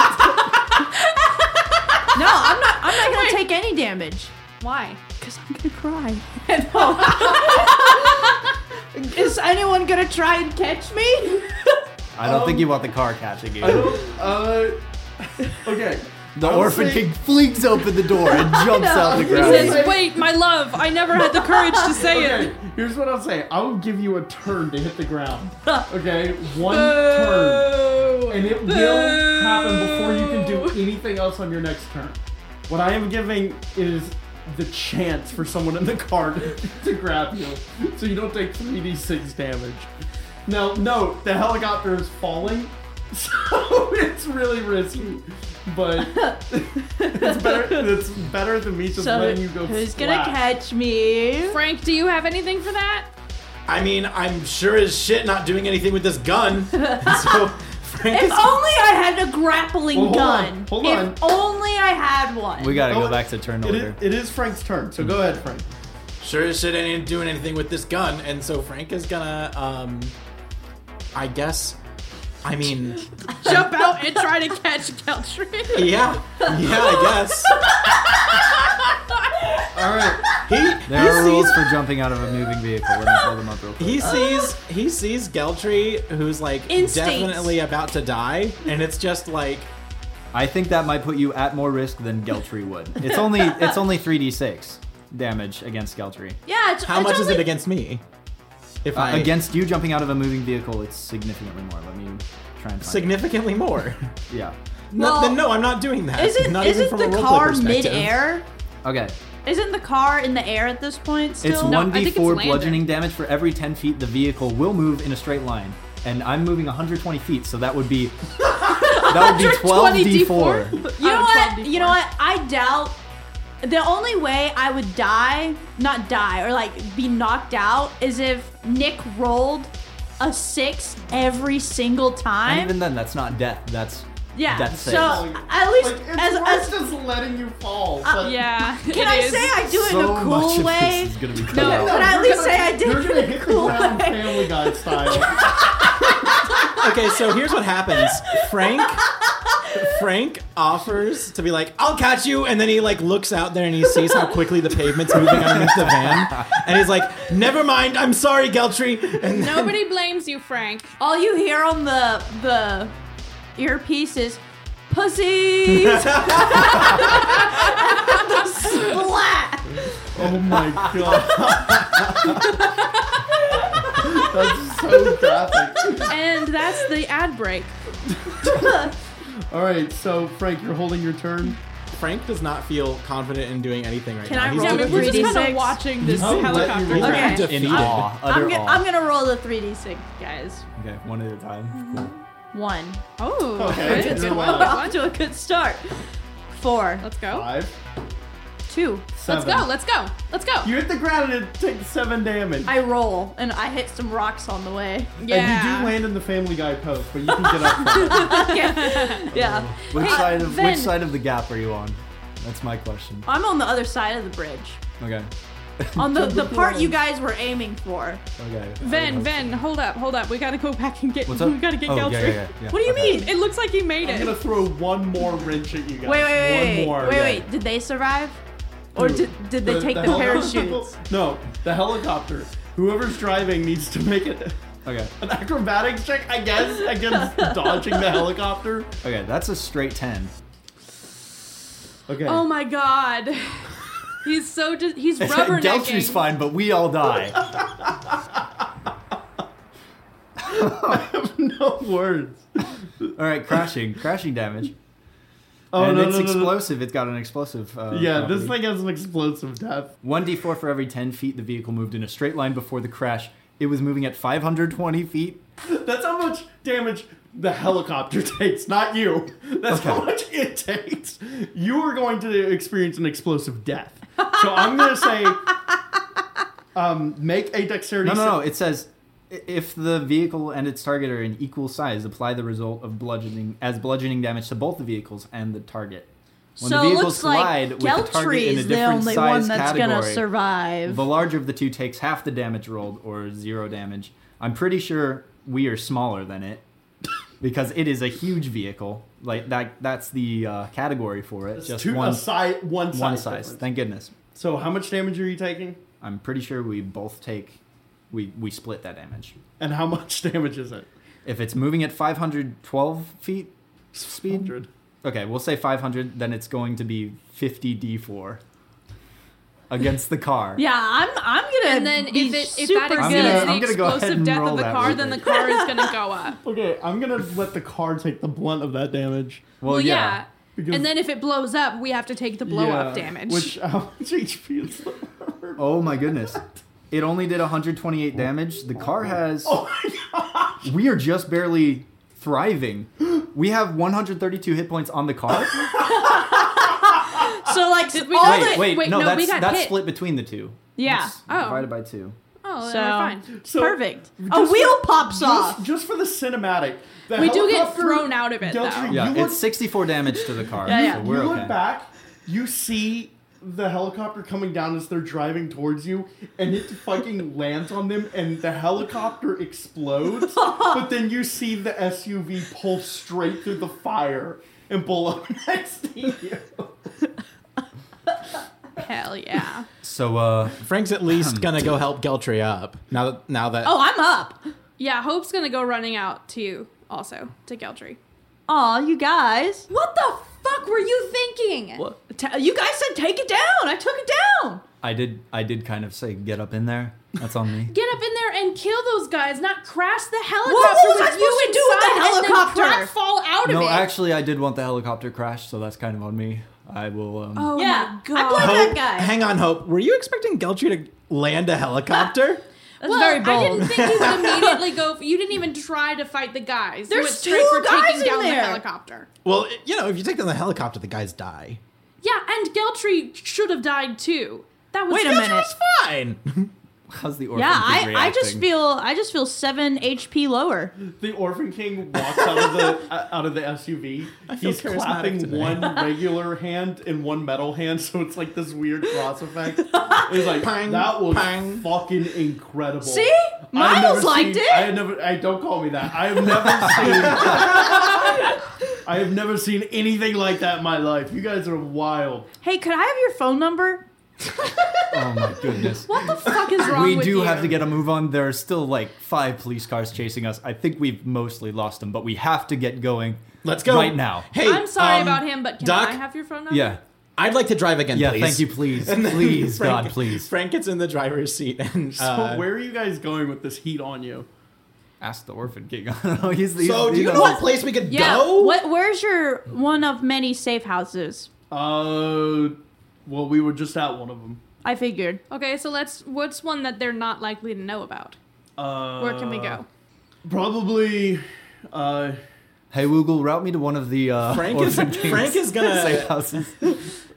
I'm not gonna take any damage.
Why?
Cause I'm gonna cry. Is anyone gonna try and catch me?
I don't
Um,
think you want the car catching you.
I don't, uh, okay.
The
I would
orphan
say-
king flings open the door and jumps out the
He
ground.
says, wait, my love, I never had the courage to say
Okay,
it.
here's what I'll say. I will give you a turn to hit the ground. Okay, one turn.
Boo.
And it will happen before you can do anything else on your next turn. What I am giving is the chance for someone in the car to, to grab you so you don't take 3d6 damage. Now, note, the helicopter is falling, so it's really risky. But it's better, it's better than me just letting you go
who's gonna
flat.
catch me?
Frank, do you have anything for that?
I mean, I'm sure as shit not doing anything with this gun. so, Frank
If
is.
only I had a grappling
Well, hold
gun.
on, hold
if
on.
only I had one.
we gotta
Oh,
go back to turn
It
order.
is, it is Frank's turn, so go ahead, Frank.
sure as shit I ain't doing anything with this gun. And so Frank is gonna, um, I guess, I mean,
Jump out and try to catch Keltry.
yeah, yeah, I guess.
All right.
He,
there are rules for jumping out of a moving vehicle. Let me pull them up real quick.
he sees, he sees Geltry, who's like
Instincts.
definitely about to die, and it's just like,
I think that might put you at more risk than Geltry would. It's only it's only 3d6 damage against Geltry.
yeah, it's,
how
it's
much
only,
is it against me? If
Uh,
I
against you jumping out of a moving vehicle, it's significantly more. Let me try and find
significantly more.
it. Yeah.
No,
Well,
then no, I'm not doing that.
Isn't
not even
isn't
from a
the
roleplay
car
perspective.
mid-air?
Okay.
Isn't the car in the air at this point? Still?
It's
No, I think it's
1d4
landing.
bludgeoning damage for every 10 feet the vehicle will move in a straight line. And I'm moving 120 feet, so that would be that would be 12
120
d4.
You know
Oh,
what?
12d4.
You know what? I doubt. The only way I would die, not die, or like be knocked out, is if Nick rolled a six every single
And
time.
even then, that's not death. That's
yeah.
death
so
saves.
Uh, at least
Like, it's
as,
worse
as Uh,
just letting you fall. but-
Yeah.
can I say I do it in a cool way?
gonna be cut
No.
out.
No,
But at
you're
least
gonna-
say I did
You're
it
gonna
in a
hit
cool
the ground
way.
Family Guy style.
Okay, so here's what happens. Frank Frank offers to be like, "I'll catch you," and then he like looks out there and he sees how quickly the pavement's moving underneath the van, and he's like, "Never mind, I'm sorry, Geltry." And then,
Nobody blames you, Frank.
all you hear on the the earpiece is pussy splat.
oh my god. That's so graphic.
And that's the ad break.
All right, so Frank, you're holding your turn.
Frank does not feel confident in doing anything right
Can
now.
I
he's
roll
Yeah, I
the
mean, we're just
3d6.
kind of watching this
Oh, let you
helicopter
roll.
he's
Okay.
crash.
In
defeated.
awe, utter
I'm, g-
awe.
I'm gonna roll the 3d6, guys.
Okay, one at a time. Cool.
One.
Oh,
Okay,
good.
you're
Good
We're
welcome.
one.
off to a good start. Four.
Let's go.
Five,
Two.
Let's
seven.
go. Let's go. Let's go.
You hit the ground and it takes seven damage.
I roll and I hit some rocks on the way.
And you do
yeah.
land in the Family Guy post, but you can get up. from it.
Yeah.
Which
Hey,
side of
Vin.
which side of the gap are you on? That's my question.
I'm on the other side of the bridge.
Okay.
On the, the part you guys were aiming for.
Okay.
Ven, Ven, hold up, hold up. We gotta go back and get.
What's up?
We gotta get
oh, yeah,
Geltry.
yeah, yeah, yeah.
What do you
Okay.
mean?
It looks like he made
I'm
it.
gonna throw one more wrench at you guys.
Wait, wait, wait.
one
Wait,
more.
wait, wait. Did they survive? Or
Who?
did, did they take the,
helicopter-
parachutes?
No, the helicopter. Whoever's driving needs to make it
Okay.
an acrobatics check, I guess, against dodging the helicopter.
Okay, that's a straight 10.
Okay.
Oh my god. He's so just he's
Geltry's
rubbernecking.
fine, but we all die.
no words.
all right, crashing, crashing damage.
Oh
and
no,
it's
no, no, no.
explosive. It's got an explosive. Uh,
Yeah, this
property.
thing has an explosive death.
1d4 for every 10 feet the vehicle moved in a straight line before the crash. It was moving at 520 feet.
That's how much damage the helicopter takes, not you. That's how
Okay.
much it takes. You are going to experience an explosive death. So I'm gonna say, um, make a dexterity.
No, no, no.
sa-
It says if the vehicle and its target are in equal size, apply the result of bludgeoning as bludgeoning damage to both the vehicles and the target. When
so
the
it
vehicles
looks like
collide with the target
Geltry
in a
is the
different
only
size
one that's
category,
gonna survive.
the larger of the two takes half the damage rolled or zero damage. I'm pretty sure we are smaller than it because it is a huge vehicle. Like that that's the uh, category for it.
It's
Just
two,
one
a si- one size.
one size.
difference.
Thank goodness.
so how much damage are you taking?
I'm pretty sure we both take we we split that damage.
And how much damage is it?
If it's moving at 512 feet speed,
100.
okay, we'll say 500. Then it's going to be 50 d4 against the car.
yeah, I'm I'm gonna
And then
be
if it if
super
that
I'm
exceeds
gonna-
the
I'm gonna go ahead
explosive
and
death
roll
of the
that
car,
with
then the
it.
car is gonna go up.
Okay, I'm gonna let the car take the blunt of that damage.
Well, yeah.
Because-
and then if it blows up, we have to take the blow up
Yeah,
damage.
Which how much HP is the armor?
Oh my goodness. It only did 128 damage. The car has.
my
We are just barely thriving. We have 132 hit points on the car.
so like
Did we
all
not-
the-
wait, wait,
wait,
no,
no, we
that's
got
that's
hit.
split between the two.
yeah.
That's
Oh.
Divided by two.
oh,
So
then we're fine.
So,
perfect. A
just
wheel
for-
pops
Just,
off.
just for the cinematic, the
We do get
helicopter-
thrown out of it,
Deltry,
though.
you
Yeah,
look-
it's 64 damage to the car.
Yeah, yeah.
So
you
we're
look
okay.
back, you see the helicopter coming down as they're driving towards you, and it fucking lands on them, and the helicopter explodes. but then you see the SUV pull straight through the fire and pull up next to you.
Hell yeah.
So, uh,
Frank's at least gonna go help Geltry up now that now that
Oh, I'm up.
Yeah, Hope's gonna go running out to you also, to Geltry.
Aw, you guys.
What the fuck were you thinking?
T- you guys said take it down. I took it down.
I did I did kind of say get up in there. That's on me.
Get up in there and kill those guys, not crash the helicopter.
was I
with you
supposed to do with the
inside and then
helicopter?
crap fall out
no,
of it.
actually I did want the helicopter crash, so that's kind of on me. I will um
oh
yeah,
yeah, my
I
god.
blame
Hope,
that guy.
hang on, Hope. Were you expecting Geltry to land a helicopter?
That's
well,
very
I
bold.
didn't think you would immediately go. For, you didn't even try to fight the guys. You
There's
went straight
two
for
guys
taking
in
down the
there.
helicopter.
well, it- you know, if you take down the helicopter, the guys die.
Yeah, and Geltry should have died too. That was
Wait a minute.
It's fine.
how's the orphan
yeah,
kid
I, I just
reacting?
feel I just feel seven HP lower.
The Orphan King walks out of the uh, out of the SUV.
feel
He's
charismatic
clapping
today.
one regular hand and one metal hand, so it's like this weird cross effect. It's like
Pang,
that was
pang.
fucking incredible.
See?
I've never
Miles liked
seen-
it.
I had never. I don't call me that. I have never seen. I have never seen anything like that in my life. You guys are wild.
Hey, could I have your phone number?
Oh my goodness.
What the fuck is wrong
we
with
do
you?
have to get a move on. There are still like five police cars chasing us. I think we've mostly lost them, but we have to get going.
Let's go
right now.
Hey,
I'm sorry
um,
about him, but can
Doc?
I have your phone number?
Yeah,
I'd like to drive again,
yeah.
please.
Thank you, please, please,
Frank-
God, please.
Frank gets in the driver's seat and
So
uh,
where are you guys going with this heat on you?
Ask the orphan king. I don't know. Oh, He's the.
So
he's
do you
the-
know a place we could
Yeah.
go?
What? Where's your one of many safe houses?
Uh, well, we were just at one of them.
I figured.
Okay, so let's. What's one that they're not likely to know about?
Uh,
Where can we go?
Probably. Uh,
Hey, Woogle, route me to one of the uh,
Frank is
orphan king's
Frank is gonna
safe houses.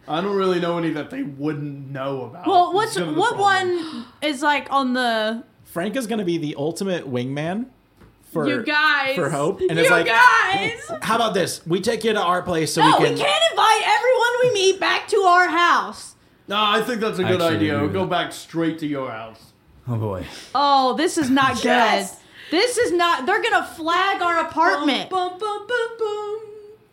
I don't really know any that they wouldn't know about.
Well,
It's
what's
kind of the
what
problem.
one is like on the?
Frank is gonna be the ultimate wingman for
you guys.
for Hope, and
you
it's like,
Uh,
guys.
how about this? We take you to our place so
No,
we
we
can.
can't invite everyone we meet back to our house.
No, I think that's a good
Actually,
idea.
agree with
Go
that.
back straight to your house.
Oh boy.
Oh, this is not good.
Yes.
This is not. They're gonna flag our apartment.
Boom, boom, boom, boom.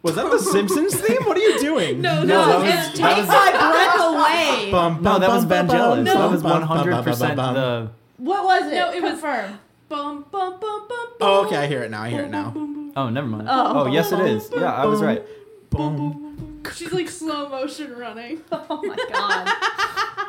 Was that the Simpsons theme? What are you doing?
No,
No,
no,
that
it's
was-
Take my breath away.
Bum,
No,
bum,
that was
bum, bum,
Vangelis.
bum,
That
bum,
was
bum,
one
bum, bum, bum,
hundred percent
bum, bum.
the.
What was it?
No, it was-
Confirm.
Bum, bum, bum, bum, bum.
Oh, okay, I hear it now. I hear it now.
Oh, never mind. Oh, yes, it is. Yeah, I was right.
Boom.
She's like slow motion running.
Oh my god.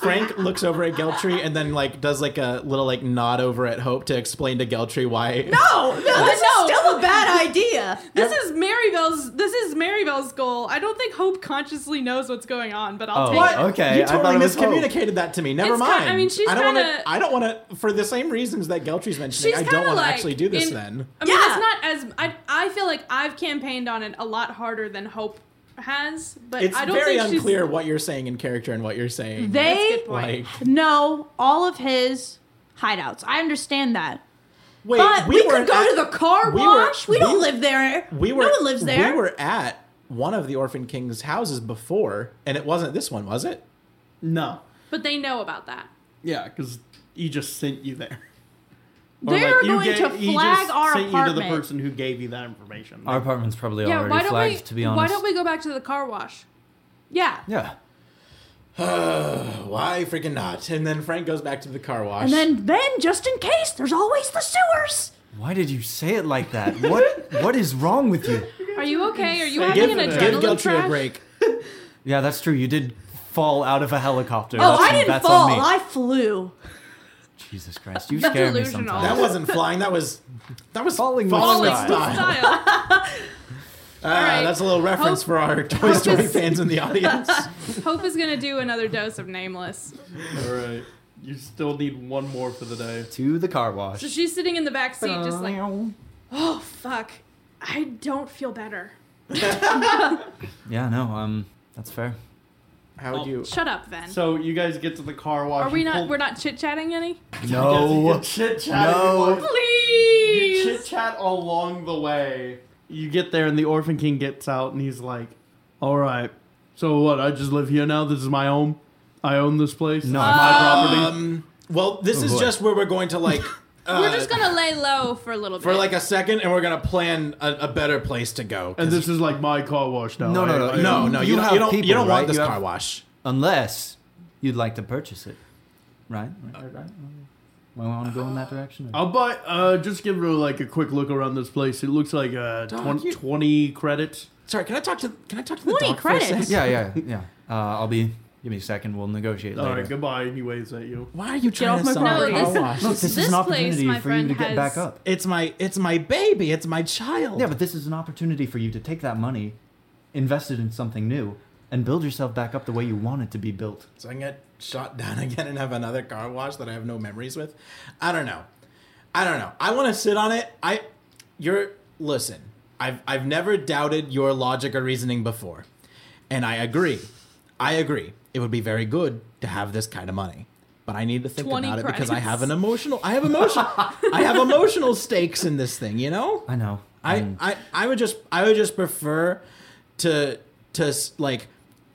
Frank looks over at Geltry and then like does like a little like nod over at Hope to explain to Geltry why.
No, no, this
No.
is still a bad idea.
This is Marybelle's. This is Marybelle's goal. I don't think Hope consciously knows what's going on, but I'll
Oh.
take.
What?
Okay,
You
I thought
totally
it was Hope.
miscommunicated that to me. Never
It's ki-
mind.
I mean, she's
I don't wanna-
kinda-
I don't want to. For the same reasons that Geltry's mentioning,
She's
I don't
kinda
want to
like
actually do this
in-
then.
I mean,
Yeah.
it's not as I. I feel like I've campaigned on it a lot harder than Hope has, but
It's
I don't
very
think she's-
unclear what you're saying in character and what you're saying.
That's a
They
good point.
like
know all of his hideouts. I understand that.
Wait,
But we, could
weren't
go
at-
to the car
we were-
wash. we don't
we-
live there.
We were
no one lives there.
We were at one of the Orphan King's houses before, and it wasn't this one, was it?
No.
But they know about that.
Yeah, because he just sent you there. Or,
They're
like, you
going to
ga- he
flag
just
our
sent you to the
apartment.
person who gave you that information.
Our apartment's probably
Yeah,
already
why don't
flagged,
we
to be
why
honest.
don't we go back to the car wash? Yeah.
Yeah.
Why freaking not? And then Frank goes back to the car wash.
and then, then just in case, there's always the sewers.
Why did you say it like that? What What is wrong with you?
Are you okay? Are you
Give-
having an
give
give
adrenaline
Geltry
crash?
a break.
Yeah, that's true. You did fall out of a helicopter.
Oh,
that's,
I didn't
that's On
fall.
me.
I flew.
Jesus Christ, you
That's
scare me
delusional.
sometimes.
That wasn't flying. That was that was
Falling with
falling with
style.
style.
Style.
Ah,
right.
That's a little reference
Hope-
for our Toy Story
is-
fans in the audience.
Hope is gonna do another dose of nameless.
All right. You still need one more for the day.
to the car wash.
So she's sitting in the back seat, just like, oh fuck, I don't feel better.
yeah, no, um, that's fair.
How would you?
Shut up, then.
So you guys get to the car wash.
Are we
you
not?
pull-
We're not chit chatting any.
No,
Chit chat.
no.
Chit
Please.
chat along the way. You get there, and the Orphan King gets out, and he's like, "All right, so what? I just live here now. This is my home. I own this place.
No.
It's
Uh.
my property."
Um. Well, this
Oh,
is
boy.
just where we're going to like. Uh,
We're just gonna lay low for a little bit.
for like a second, and we're gonna plan a, a better place to go. 'cause-
and this is like my car wash now.
No, no,
I-
no,
I-
no.
no, no, you,
You
don't,
have
you don't,
people,
you don't
right?
want this
You have-
car wash.
Unless you'd like to purchase it, right? Right, right, right. We want to go in that direction.
I'll buy. Uh, just give her like a quick look around this place. It looks like uh,
Dog,
20,
you-
20 credits.
Sorry, can I talk to can I talk to the
Twenty
dog for a
credits.
sec?
yeah, yeah, yeah. Uh, I'll be. Give me a second. We'll negotiate
All right,
later.
goodbye. Anyways, at you.
Why are you trying
off
to
my
sell my
property. No,
car
this-
wash?
Look, this,
This
is an
place,
opportunity
my
for you to
friend,
get back
has-
up.
It's my it's my baby. It's my child.
Yeah, but this is an opportunity for you to take that money, invest it in something new, and build yourself back up the way you want it to be built.
so I can get shot down again and have another car wash that I have no memories with. I don't know. I don't know. I want to sit on it. I you're listen. I've I've never doubted your logic or reasoning before. And I agree. I agree. It would be very good to have this kind of money. But I need to think
20
about it because I
credits.
have an emotional I have emotion I have emotional stakes in this thing, you know?
I know.
I,
and-
I I would just I would just prefer to to s- like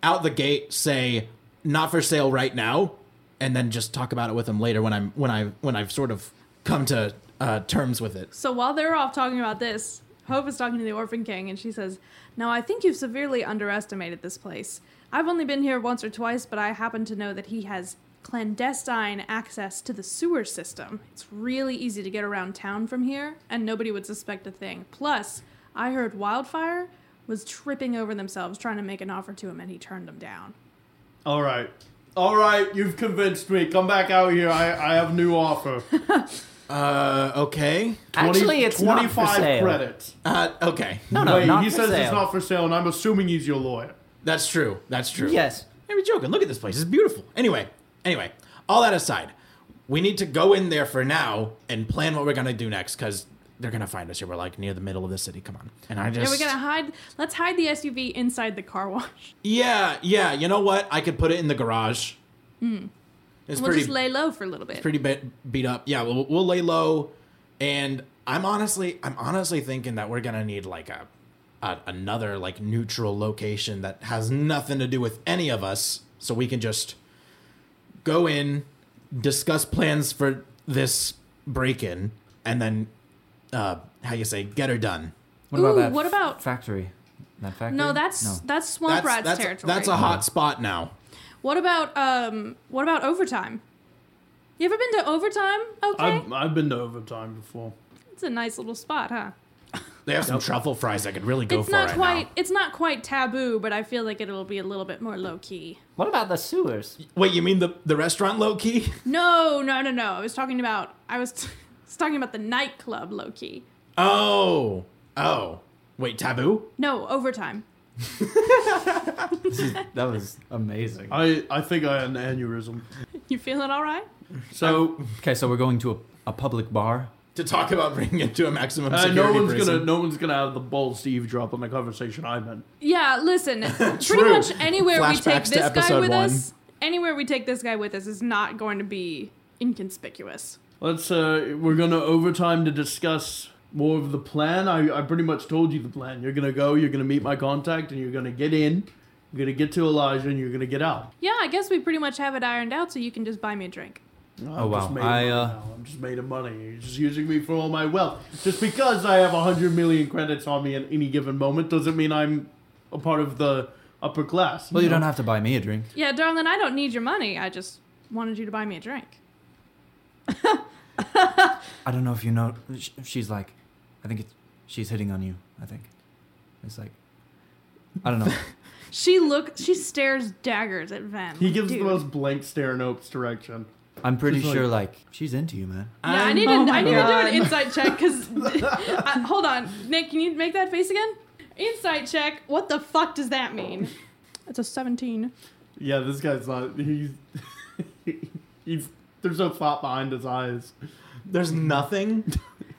out the gate say not for sale right now and then just talk about it with them later when I'm when I when I've sort of come to uh, terms with it.
So while they're off talking about this, Hope is talking to the Orphan King, and she says, "Now I think you've severely underestimated this place. I've only been here once or twice, but I happen to know that he has." Clandestine access to the sewer system. It's really easy to get around town from here, and nobody would suspect a thing. Plus, I heard Wildfire was tripping over themselves trying to make an offer to him, and he turned them down.
All right, all right. You've convinced me. Come back out here. I, I have a new offer.
Uh okay.
20
Actually, it's not for
25
sale.
credits.
Uh okay.
no, no,
Wait,
not
he
for
says
sale.
it's not for sale, and I'm assuming he's your lawyer.
That's true. That's true.
Yes.
I'm joking. Look at this place. It's beautiful. Anyway, anyway, all that aside, we need to go in there for now and plan what we're gonna do next because they're gonna find us here. We're like near the middle of the city. Come on. And I
Yeah,
just
we're gonna hide. Let's hide the SUV inside the car wash.
Yeah, yeah. You know what? I could put it in the garage. It's
Hmm. We'll
pretty,
just lay low for a little bit.
pretty bit beat up. Yeah, we'll, we'll lay low. And I'm honestly, I'm honestly thinking that we're gonna need like a, a another like neutral location that has nothing to do with any of us, so we can just go in, discuss plans for this break-in, and then, uh, how you say, get her done.
What
Ooh,
about that
what about-
factory? That factory?
no, that's that's swamp
That's
rats
that's
territory.
that's a hot spot now.
What about um? What about overtime? You ever been to overtime? Okay,
I've, I've been to overtime before.
it's a nice little spot, huh?
They have some truffle fries I could really go
it's
for
not
right
quite.
now.
It's not quite taboo, but I feel like it'll be a little bit more low key.
What about the sewers?
Wait, you mean the the restaurant low key?
No, no, no, no. I was talking about. I was, t- was talking about the nightclub low key.
Oh, oh. Wait, taboo?
No, overtime.
That was amazing.
I, I think I had an aneurysm.
You feeling all right?
So
Okay, so we're going to a, a public bar.
To talk about bringing it to a maximum
uh,
security
no one's
prison.
gonna no one's gonna have the balls to eavesdrop on the conversation I'm in.
Yeah, listen, pretty
True.
much anywhere we take
Flashbacks to
this guy
episode
with
one.
us, anywhere we take this guy with us is not going to be inconspicuous.
Let's. Uh, we're gonna overtime to discuss more of the plan. I, I pretty much told you the plan. You're gonna go. You're gonna meet my contact, and you're gonna get in. You're gonna get to Elijah, and you're gonna get out.
Yeah, I guess we pretty much have it ironed out, so you can just buy me a drink.
I'm
wow.
Just made
I,
of money
uh,
now. I'm just made of money. You're just using me for all my wealth. Just because I have a hundred million credits on me at any given moment doesn't mean I'm a part of the upper class.
Well, you
know?
don't have to buy me a drink.
Yeah, darling, I don't need your money. I just wanted you to buy me a drink.
I don't know if you know. sh- She's like, I think it's she's hitting on you. I think it's like, I don't know.
She looks. She stares daggers at Ven.
He gives
Dude.
the most blank stare in Ope's direction.
I'm pretty
She's like-
sure like she's into you, man.
Yeah, I need,
oh
to,
my
I need to do
God.
an insight check because. hold on, Nick. Can you make that face again? Insight check. What the fuck does that mean? It's a seventeen.
Yeah, this guy's not. He's. he's there's no thought behind his eyes.
There's nothing.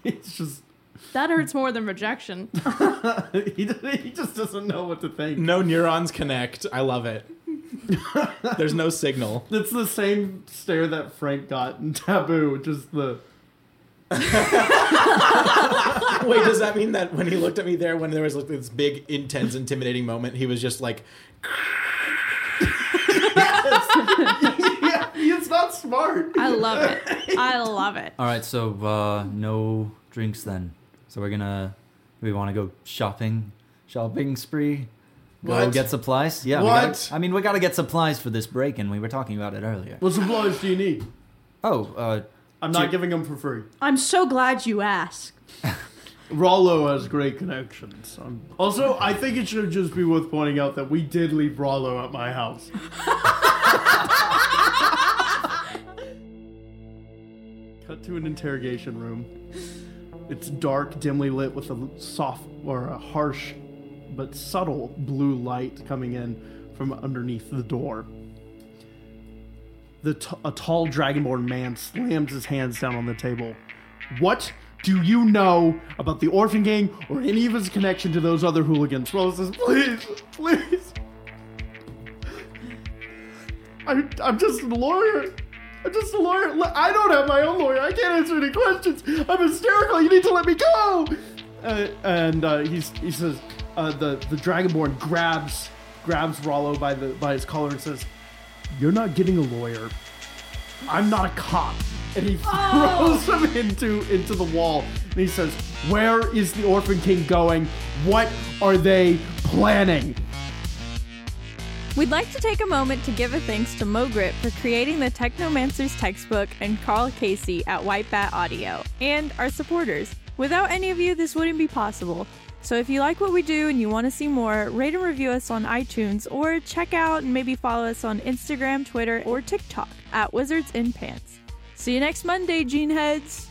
It's just.
That hurts more than rejection.
he, he just doesn't know what to think.
No neurons connect. I love it. There's no signal.
It's the same stare that Frank got in Taboo, just the.
Wait, does that mean that when he looked at me there, when there was like this big, intense, intimidating moment, he was just like,
Yeah, he's not smart.
I love it. I love it.
All right, so uh, no drinks then. So we're gonna. We want to go shopping, shopping spree. Go
What?
get supplies. Yeah. we
What?
gotta- I mean, we gotta get supplies for this break, and we were talking about it earlier.
What supplies do you need?
Oh, uh,
I'm
Do
not
you-
giving them for free.
I'm so glad you asked.
Rollo has great connections. Um, also, I think it should just be worth pointing out that we did leave Rollo at my house. Cut to an interrogation room. It's dark, dimly lit, with a soft or a harsh but subtle blue light coming in from underneath the door. The t- a tall dragonborn man slams his hands down on the table. What do you know about the Orphan Gang or any of his connection to those other hooligans? Rose says, please, please. I, I'm just a lawyer. I'm just a lawyer. L- I don't have my own lawyer. I can't answer any questions. I'm hysterical. You need to let me go. Uh, and uh, he's, he says, uh, the, the Dragonborn grabs grabs Rollo by the by his collar and says, "You're not getting a lawyer. I'm not a cop. And he throws him into into the wall. And he says, Where is the Orphan King going? What are they planning?
We'd like to take a moment to give a thanks to Mogrit for creating the Technomancer's textbook and Carl Casey at White Bat Audio, and our supporters. Without any of you, this wouldn't be possible. So if you like what we do and you want to see more, rate and review us on iTunes or check out and maybe follow us on Instagram, Twitter, or TikTok at Wizards in Pants. See you next Monday, Gene Heads!